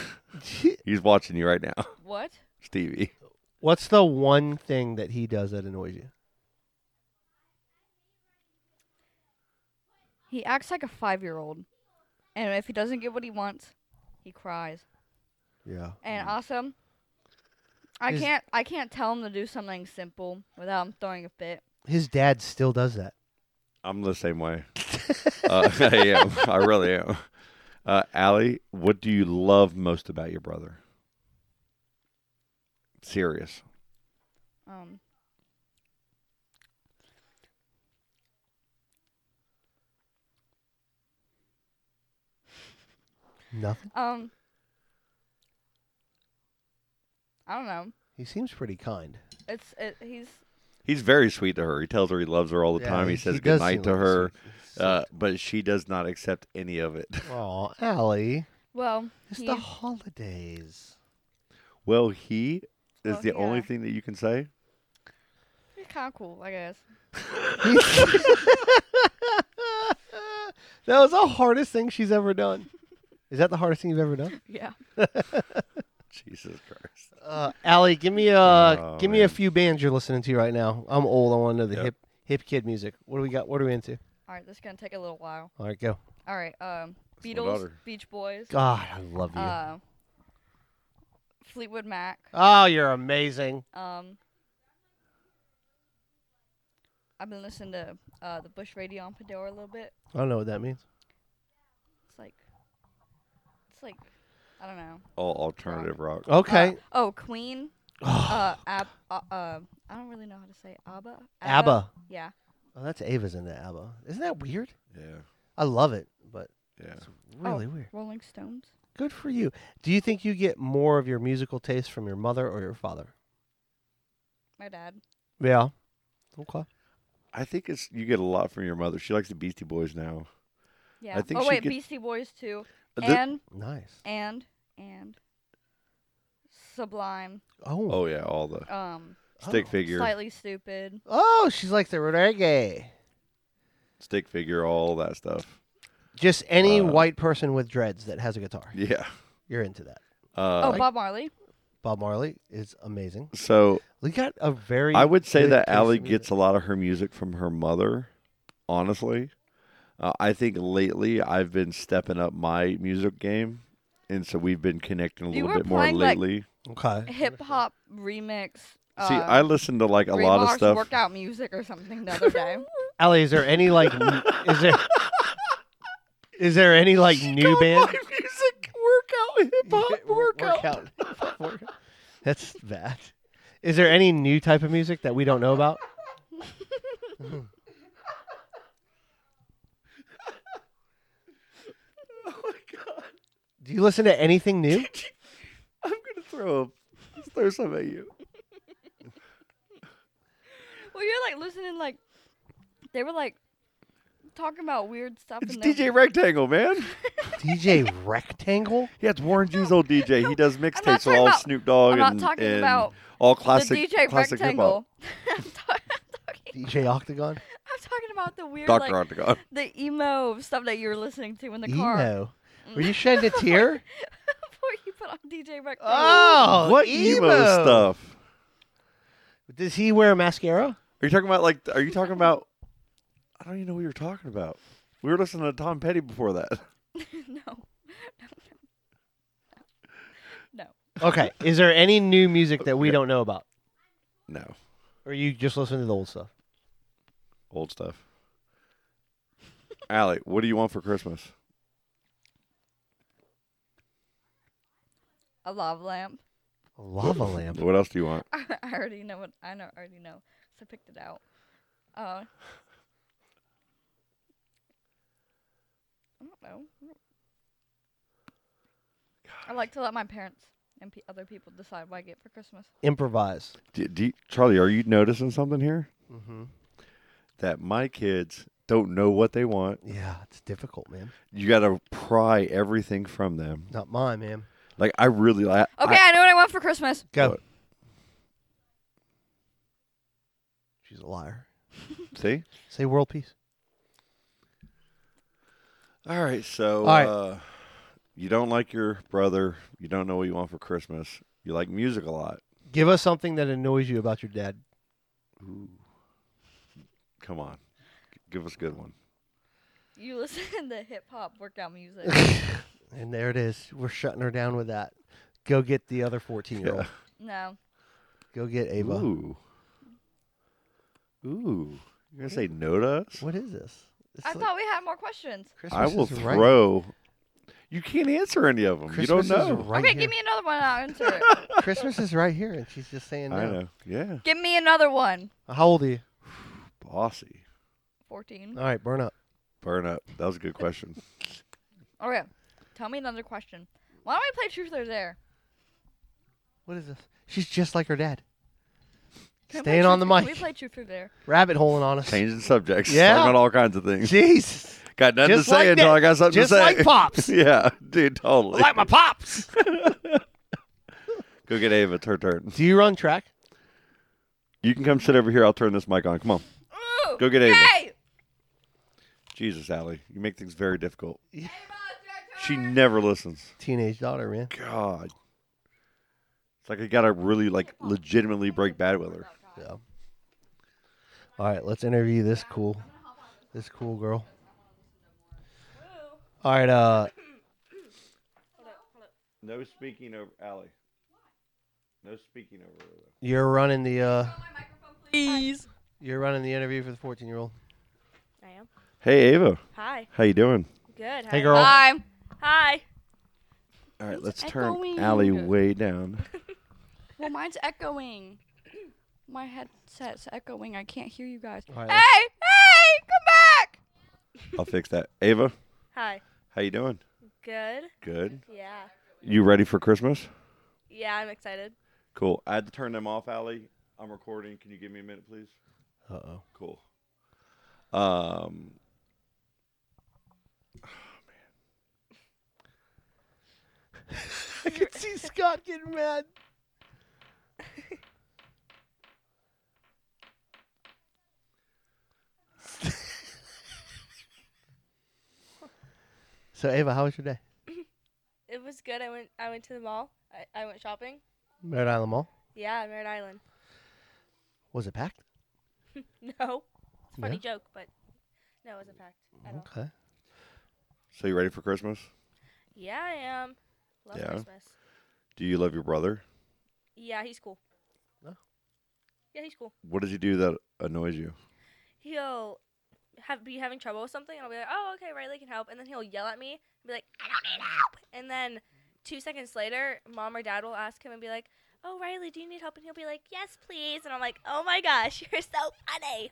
He's watching you right now,
what?
Stevie.
What's the one thing that he does that annoys you?
He acts like a five year old. And if he doesn't get what he wants, he cries.
Yeah.
And
Mm.
also, I
Is-
can't I can't tell him to do something simple without him throwing a fit.
His dad still does that.
I'm the same way. uh, I am. I really am. Uh, Allie, what do you love most about your brother? Serious.
Um,
Nothing.
um, I don't know.
He seems pretty kind.
It's it, he's
He's very sweet to her. He tells her he loves her all the
Yeah,
time. He,
he-
says
he
good
does
night
seem
to
like a
her,
sweet- sweet-
uh, but she does not accept any of it.
Oh, Allie.
well.
It's
he-
the holidays.
Well, he is
Oh,
the only
yeah.
thing that you can say.
he's kind of cool, I guess.
that was the hardest thing she's ever done. Is that the hardest thing you've ever done?
Yeah.
Jesus Christ.
Uh, Allie, give me a
Oh,
give me a
man.
few bands you're listening to right now. I'm old. I want to know the
Yep.
hip hip kid music. What do we got? What are we into?
All right, this is gonna take a little while.
All right, go.
All right. Um,
my
Beatles,
daughter.
Beach Boys,
God, I love you.
uh, Fleetwood Mac.
oh, you're amazing.
Um, I've been listening to uh, the Bush Radio on Pandora a little bit.
I don't know what that means.
It's like, it's like, I don't know.
All alternative rock.
Okay,
Uh, oh, Queen. uh, Ab- uh, uh, I don't really know how to say Abba.
ABBA.
Yeah.
Oh, that's Ava's in the ABBA. Isn't that weird?
Yeah.
I love it, but
Yeah.
it's really
Oh.
weird.
Rolling Stones.
Good for you. Do you think you get more of your musical taste from your mother or your father?
My dad.
Yeah. Okay.
I think it's you get a lot from your mother. She likes the Beastie Boys now.
Yeah.
think
oh
she
wait,
get-
Beastie Boys too.
The-
and
Nice.
and and Sublime.
Oh.
oh yeah, all the
Um,
stick
Oh.
figure,
slightly stupid.
Oh, she's like the reggae.
stick figure, all that stuff.
Just any
Uh,
white person with dreads that has a guitar.
Yeah.
You're into that.
Uh,
oh, Bob Marley.
Bob Marley is amazing.
so
We got a very.
I would say
good
that
taste
Allie
in
gets a
music.
lot of her music from her mother. Honestly, uh, I think lately I've been stepping up my music game, and so we've been connecting a
You
little
were
bit more
playing, like,
lately.
Okay.
Hip hop remix.
See,
uh,
I listen to like a
Ray
lot of
Marsh
stuff.
Workout music or something the other day.
Allie, is there any like? n- is there? Is there any like new band?
music workout hip
Workout. Workout. That's bad. Is there any new type of music that we don't know about?
Oh my god!
Do you listen to anything new?
I'm gonna throw up. Let's throw some at you.
well, you're like listening like they were like talking about weird stuff.
It's
and they-
DJ Rectangle, man.
DJ Rectangle?
Yeah, it's Warren G's old DJ. He does mixtapes with
talking
all
about-
Snoop Dogg
I'm not
and,
talking
and
about
all classic
the DJ
classic hip hop.
Rectangle. I'm, talk- I'm talking,
DJ Octagon?
I'm talking about the weird
Doctor
like
Octagon.
the emo stuff that you were listening to in the car
Emo. Were you shedding a tear?
before you put on DJ Rectangle.
Oh,
what stuff?
Does he wear mascara?
Are you talking about like? Are you talking about? I don't even know what you're talking about. We were listening to Tom Petty before that.
no.
Okay. Is there any new music that we
Okay.
don't know about?
No,
Or you just listen to the old stuff?
old stuff. Allie, what do you want for Christmas?
A lava lamp.
A lava lamp.
What else do you want?
I already know what I know. Already know. So I picked it out. Uh, I don't know. I like to let my parents and pe- other people decide what I get for Christmas.
Improvise.
Do, do you- Charlie, are you noticing something here?
Mm-hmm.
That my kids don't know what they want.
Yeah, it's difficult, man.
You got to pry everything from them.
Not mine, man.
Like I really like.
Okay, I, know what I want for Christmas.
Go.
What?
She's a liar.
see.
Say world peace.
All right, so
All right.
Uh, you don't like your brother. You don't know what you want for Christmas. You like music a lot.
Give us something that annoys you about your dad.
Come on, give us a good one.
You listen to hip hop workout music.
And there it is. We're shutting her down with that. Go get the other 14 year old.
no,
Go get Ava.
Ooh, ooh, you're gonna say no to us?
What is this? It's
I
like
thought we had more questions.
Christmas
I will
is right-
throw. You can't answer any of them.
Christmas
you don't
Is
know.
right
okay,
here.
give me another one. and I'll answer it.
Christmas is right here, and she's just saying
I
no.
know. Yeah,
give me another one.
How old are you?
bossy.
Fourteen.
All right, burn up.
Burn up. That was a good question.
Okay, tell me another question. Why don't we play Truth or Dare?
What is this? She's just like her dad.
Can we play
Staying on the
Truth-
mic.
Can we play Truth or Dare?
Rabbit holing on us.
Changing subjects.
Yeah.
Talking about all kinds of things.
Jeez.
Got nothing
Just
to say
like
until
that-
I got something
just
to say.
like Pops.
yeah, dude, totally.
like my pops.
Go get Ava. It's her turn.
Do you run track?
You can come sit over here. I'll turn this mic on. Come on.
Ooh,
Go get Ava.
yay!
Jesus, Allie. You make things very difficult. She never listens.
Teenage daughter, man.
God. It's like I got to really, like, legitimately break bad with her.
Yeah. All right, let's interview this cool, this cool girl. All right, uh,
No speaking over Allie. No speaking over her.
you're running the uh,
Please.
you're running the interview for the 14 year old.
I am.
Hey, Ava.
Hi.
How you doing?
Good. How
Hey,
you-
girl.
Hi.
Hi.
All right, let's
echoing.
turn Allie way down.
Well, mine's echoing. My headset's echoing. I can't hear you guys.
All right,
Hey,
let's-
hey, come back!
I'll fix that. Ava,
Hi.
how you doing?
Good.
Good.
Yeah.
You ready for Christmas?
Yeah, I'm excited.
Cool. I had to turn them off, Allie. I'm recording. Can you give me a minute, please?
Uh-oh.
Cool. Um.
I can see Scott getting mad. so Ava, how was your day?
It was good. I went. I went to the mall. I, I went shopping.
Merritt Island Mall.
Yeah, Merritt Island.
Was it packed?
No. It's a funny
Yeah.
joke, but no, it wasn't packed at all.
Okay.
So you ready for Christmas?
Yeah, I am. Love
Yeah.
Christmas.
Do you love your brother?
Yeah, he's cool.
No.
Yeah, he's cool.
What does he do that annoys you?
He'll have be having trouble with something, and I'll be like, "Oh, okay, Riley can help," and then he'll yell at me and be like, "I don't need help," and then two seconds later, mom or dad will ask him and be like. Oh, Riley, do you need help? And he'll be like, Yes, please. And I'm like, Oh my gosh, you're so funny.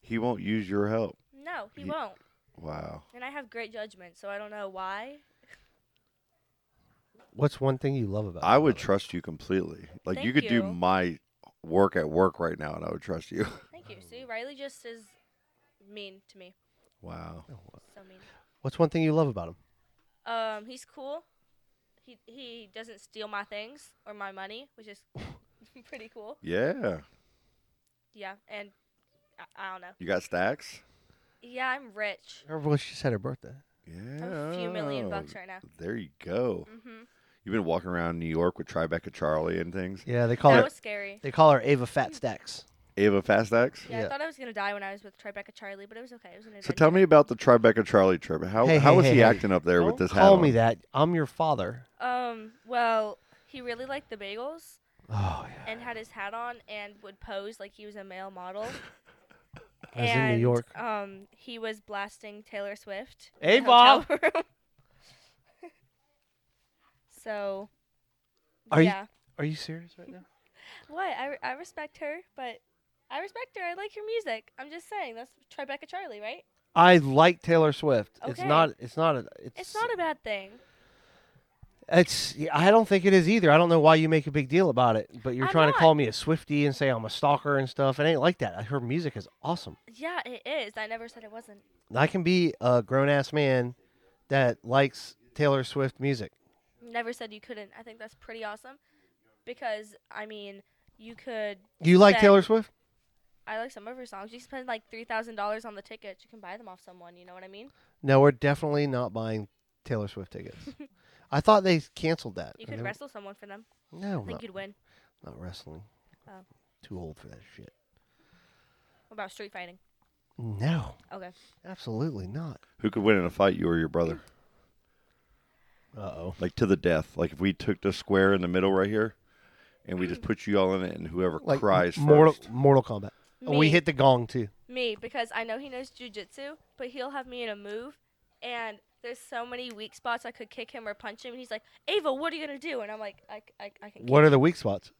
He won't use your help.
No, he
Ye-
won't.
Wow.
And I have great judgment, so I don't know why.
What's one thing you love about?
I
your
would
brother?
trust you completely. Like you
Thank
could do
you.
my work at work right now, and I would trust you.
Thank you. See, Riley just is mean to me.
Wow.
So mean.
What's one thing you love about him?
Um, he's cool. He he doesn't steal my things or my money, which is pretty cool.
Yeah.
Yeah, and I, I don't know.
You got stacks?
Yeah, I'm rich.
Remember when she said her birthday?
Yeah.
I'm a few
Oh.
million bucks right now.
There you go.
Mhm.
You've been walking around New York with Tribeca Charlie and things.
Yeah, they call
That
her.
was scary.
They call her Ava Fat Stacks.
Ava Fastax.
Yeah,
Yeah.
I thought I was gonna die when I was with Tribeca Charlie, but it was okay. It was an
So tell me about the Tribeca Charlie trip. How
Hey,
how
hey,
was
hey,
he
hey.
acting up there with
Don't
this hat?
Call
on?
me that. I'm your father.
Um, well, he really liked the bagels
Oh yeah.
and had his hat on and would pose like he was a male model.
As in New
and,
York.
Um, he was blasting Taylor Swift.
Hey,
in the hotel
Bob.
room. so.
Are you-
yeah.
Are you serious right now?
What? I, re- I respect her, but I respect her. I like her music. I'm just saying that's Tribeca Charlie, right?
I like Taylor Swift. It's
Okay.
not. It's not. A, it's,
It's not a bad thing.
It's. yeah, I don't think it is either. I don't know why you make a big deal about it, but you're
I'm
trying to
not.
call me a Swifty and say I'm a stalker and stuff. It ain't like that. Her music is awesome.
Yeah, it is. I never said it wasn't.
I can be a grown ass man that likes Taylor Swift music.
Never said you couldn't. I think that's pretty awesome, because I mean, you could.
You like
Then-
Taylor Swift?
I like some of her songs. You spend like three thousand dollars on the tickets. You can buy them off someone. You know what I mean?
No, we're definitely not buying Taylor Swift tickets. I thought they canceled that.
You
and
could
they-
wrestle someone for them.
No,
I think
not,
you'd win.
not wrestling.
Oh.
Too old for that shit.
What about street fighting?
No,
Okay.
absolutely not.
Who could win in a fight, you or your brother?
Uh oh.
Like to the death. Like if we took the square in the middle right here, and we just put you all in it, and whoever
Like
cries
Mortal
first.
Mortal Kombat. Oh, we
Me.
hit the gong too.
Me, because I know he knows jujitsu, but he'll have me in a move, and there's so many weak spots I could kick him or punch him, and he's like, "Ava, what are you gonna do?" And I'm like, "I, I, I can,
What
kick,
are the weak spots?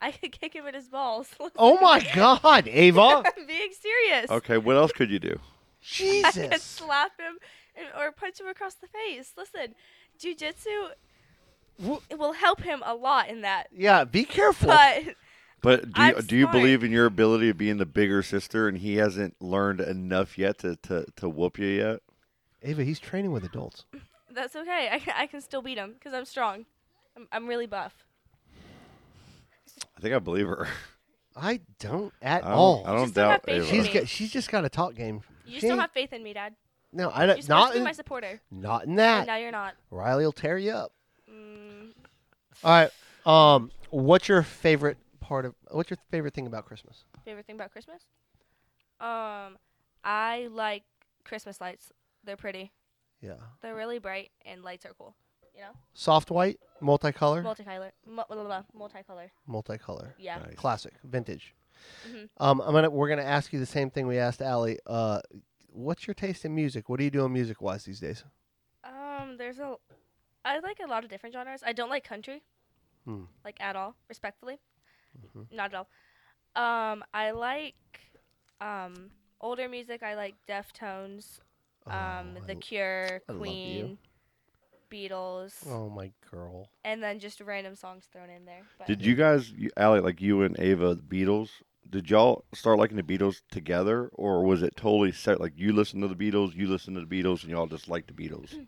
I could kick him in his balls."
Oh my God, Ava!
I'm being serious.
Okay, what else could you do?
I could
Jesus.
slap him and, or punch him across the face. Listen, jujitsu
Wha-
it will help him a lot in that,
Yeah, be careful.
but.
But do you,
I'm
do you
smart.
believe in your ability of being the bigger sister, and he hasn't learned enough yet to, to, to whoop you yet?
Ava, he's training with adults.
That's okay. I can, I can still beat him because I'm strong. I'm, I'm really buff.
I think I believe her.
I don't at
I don't,
all.
I
You
don't
still have
doubt
faith in
Ava.
me.
She's got, she's just got a talk game.
You
She
still
ain't-
have faith in me, Dad.
no, I
You're
don't,
supposed
not
to be
in,
my supporter.
not in
And
that.
now you're not.
Riley will tear you up.
Mm,
All right. Um, what's your favorite part of? What's your favorite thing about Christmas?
favorite thing about Christmas? Um, I like Christmas lights. They're pretty.
Yeah,
They're really bright and lights are cool. You know,
soft white, multicolor,
multicolor, mu- blah, blah, blah, multicolor.
multicolor,
Yeah.
Nice.
classic, vintage.
Mhm.
Um, I'm gonna we're gonna ask you the same thing we asked Allie. Uh, what's your taste in music? What are you doing music wise these days?
Um, there's a. I like a lot of different genres. I don't like country,
Hmm. Mm-hmm.
like at all. Respectfully, not at all. Um, I like um older music. I like Deftones,
oh,
um,
I
The
l-
Cure,
I love you.
Queen, Beatles,
oh my girl.
and then just random songs thrown in there. But
Did you guys, you- Allie, like you and Ava, the Beatles? Did y'all start liking the Beatles together, or was it totally set? Like you listen to the Beatles, you listen to the Beatles, and y'all just like the Beatles.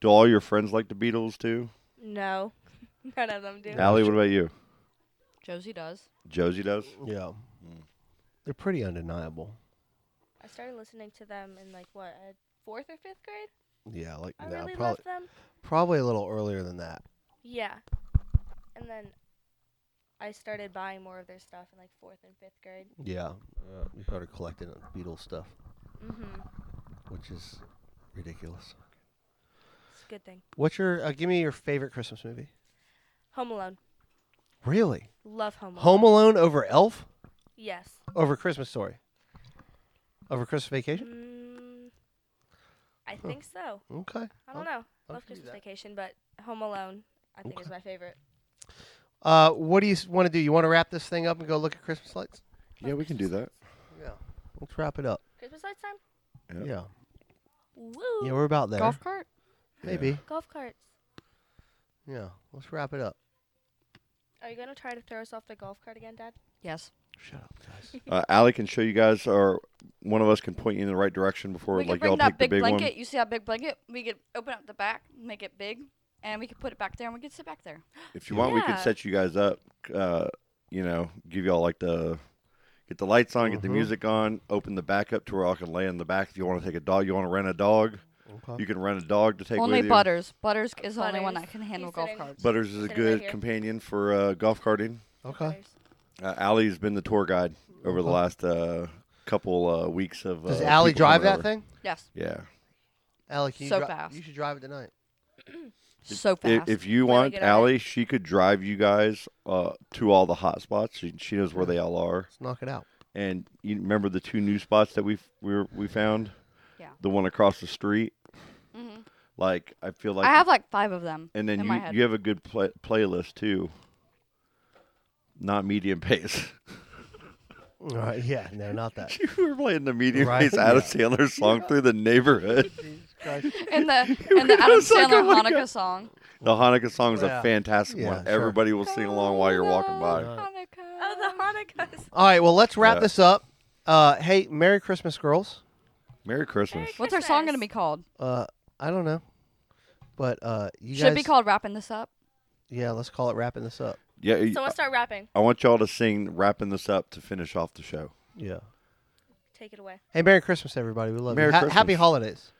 Do all your friends like the Beatles too?
No, none of them do.
Allie, what about you?
Josie does.
Josie does.
Yeah,
Mm.
they're pretty undeniable.
I started listening to them in like what uh, fourth or fifth grade.
Yeah, like
I
nah,
really
probably
loved them.
probably a little earlier than that.
Yeah. And then I started buying more of their stuff in like fourth and fifth grade.
Yeah, uh, we started collecting Beatles stuff,
Mm-hmm.
which is ridiculous.
It's a good thing.
What's your? Uh, give me your favorite Christmas movie.
Home Alone.
Really?
Love Home Alone.
Home Alone over Elf
Yes.
over Christmas Story over Christmas Vacation.
Mm, I think so.
Okay.
I don't
I'll-
know.
I'll
Love
give you
Christmas
that.
Vacation, but Home Alone I think is my favorite.
Uh, what do you want to do? You want to wrap this thing up and go look at Christmas lights?
Yeah, we can do that.
Yeah. Let's wrap it up.
Christmas lights time?
Yeah.
Yeah.
Woo!
Yeah, we're about there.
Golf cart?
Maybe.
Golf carts.
Yeah. Let's wrap it up.
Are you gonna try to throw us off the golf cart again, Dad?
Yes.
Shut up, guys.
Uh, Allie can show you guys, or one of us can point you in the right direction before
we could
like
bring
y'all
that
pick
big,
the big
blanket. You see that big blanket? We could open up the back, make it big, and we could put it back there, and we could sit back there.
one. If you want, we can
Yeah.
set you guys up. Uh, you know, give y'all like the get the lights on, get the
Mhm.
music on, open the back up to where I can lay in the back. If you want to take a dog, you want to rent a dog.
Okay.
You can rent a dog to take
only
with you.
Butters. Butters is the only one
Butters.
that can handle
He's
golf
sitting-
carts.
Butters is a
Sit it right
good
here.
companion for uh, golf carting.
Okay.
There's-
Uh, Allie's been the tour guide. over the last uh, couple uh, weeks of.
Mm-hmm. Does
uh,
Allie
people coming
drive that
over.
thing?
Yes.
Yeah.
Allie, can you
So
dri-
fast.
You should drive it tonight.
So
I-
fast.
If, you
Really
want
good at it.
Allie, she could drive you guys uh, to all the hot spots. She, she knows where they all are.
Let's knock it out.
And you remember the two new spots that we we were- we found?
Yeah.
The one across the street.
Mhm.
Like I feel like
I have like five of them.
and then
in
you
my head.
you have a good play- playlist too. Not medium pace.
All right. Yeah. No, not that.
you were playing the medium
Right?
pace Adam
Yeah.
Sandler song through the neighborhood.
and the and the Adam
goes like,
Sandler
"Oh my
Hanukkah song.
The Hanukkah song is
Yeah.
a fantastic
Yeah,
one.
sure.
Everybody will sing along while you're walking by.
Right.
Oh, the Hanukkahs.
All right. Well, let's wrap
Yeah.
this up. Uh, hey, Merry Christmas, girls.
Merry Christmas.
What's our song gonna
Christmas.
be called?
Uh, I don't know, but uh, you
Should
guys
be called wrapping this up.
Yeah, let's call it wrapping this up.
Yeah, y-
So let's start rapping.
I want y'all to sing wrapping this up to finish off the show.
Yeah.
Take it away.
Hey, Merry Christmas, everybody. We love
Merry
you. Ha- happy
Christmas.
holidays.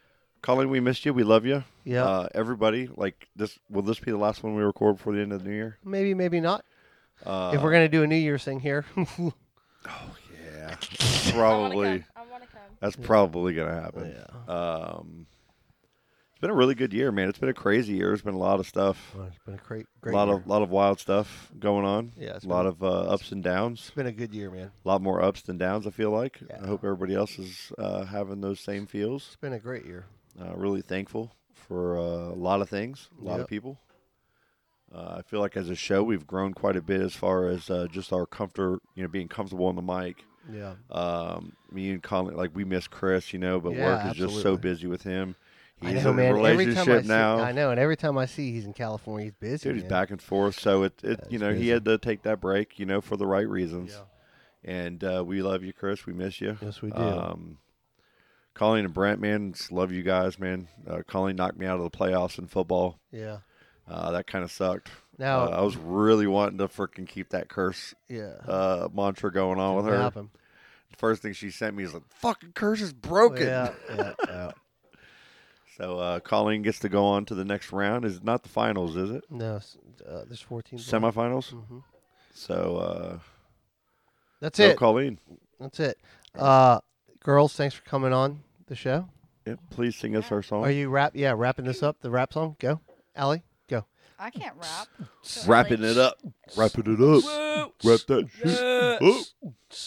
Colleen, we missed you. We love you.
Yeah.
Uh, everybody, like this, will this be the last one we record before the end of the new year?
maybe, maybe not.
Uh,
if we're gonna do a New Year's thing here,
yeah,
I wanna
probably.
come. I want to come.
That's probably gonna happen. Um, it's been a really good year, man. It's been a crazy year. It's been a lot of stuff,
Well, it's been a great,
a
great
lot
year.
of lot of wild stuff going on.
Yeah, it's
a lot
been-
of uh, ups and downs.
It's been a good year, man.
A lot more ups than downs. I feel like.
Yeah.
I hope everybody else is uh, having those same feels.
It's been a great year.
uh, really thankful for uh, a lot of things, a lot
Yep.
of people. Uh, I feel like as a show, we've grown quite a bit as far as uh, just our comfort, you know, being comfortable on the mic.
Yeah.
Um, me and Colin, like we miss Chris, you know, but
Yeah,
work is just so
absolutely.
busy with him.
I
He's
know,
in
man.
a
Every
relationship
time I see,
now.
I know, and every time I see he's in California, he's busy.
Dude, he's
man.
back and forth. So it, it
Yeah,
you
it's
know, he
busy.
had to take that break, you know, for the right reasons. And uh, we love you, Chris. We miss you.
Yes, we do.
Um, Colleen and Brent, man, just love you guys, man. Uh, Colleen knocked me out of the playoffs in football.
Yeah.
Uh, that kind of sucked.
Now,
Uh, I was really wanting to freaking keep that curse
yeah.
uh, mantra going on with
What
her.
happened?
First thing she sent me is like, "Fucking curse is broken."
Yeah, yeah, yeah.
So uh, Colleen gets to go on to the next round. Is it not the finals? Is it
No, it's, uh, there's 14. left.
semifinals?
Mhm.
So uh,
That's
no
it.
Colleen.
That's it. Uh, girls, thanks for coming on the show.
Yeah, please sing us our song.
Are you rap? Yeah, wrapping this up. The rap song. Go, Allie. Go.
I can't rap.
wrapping it up? Wrapping it up. Wrap that shit up.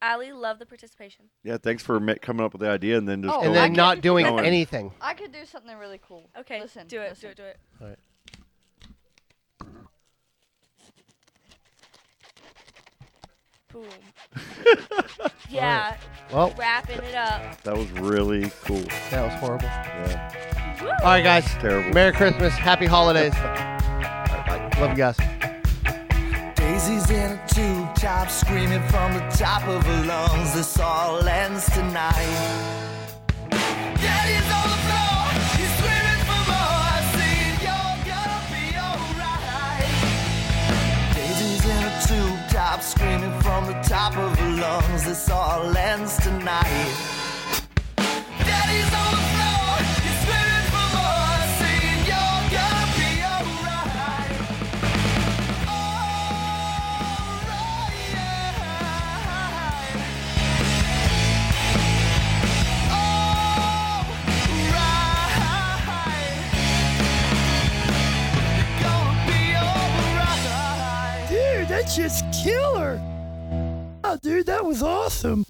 Allie, love the participation.
Yeah, thanks for ma- coming up with the idea and then just
Oh,
And
going-
I
then
can-
not doing
Going.
anything.
I could do something really cool.
Okay,
listen,
do it,
listen.
do it, do it.
All right.
Boom. yeah,
Well,
wrapping it up.
that was really cool.
that was horrible.
Yeah,
Woo!
All right, guys.
terrible.
Merry Christmas. Happy holidays. Love you guys.
Daisy's in a tube top, screaming from the top of her lungs. This all ends tonight. Daddy's on the floor, he's screaming for more. I said, You're gonna be alright. Daisy's in a tube top, screaming from the top of her lungs. This all ends tonight. Daddy's on the floor, he's screaming for more. I said, You're gonna be alright. Dude, that's just killer. Oh, dude, that was awesome.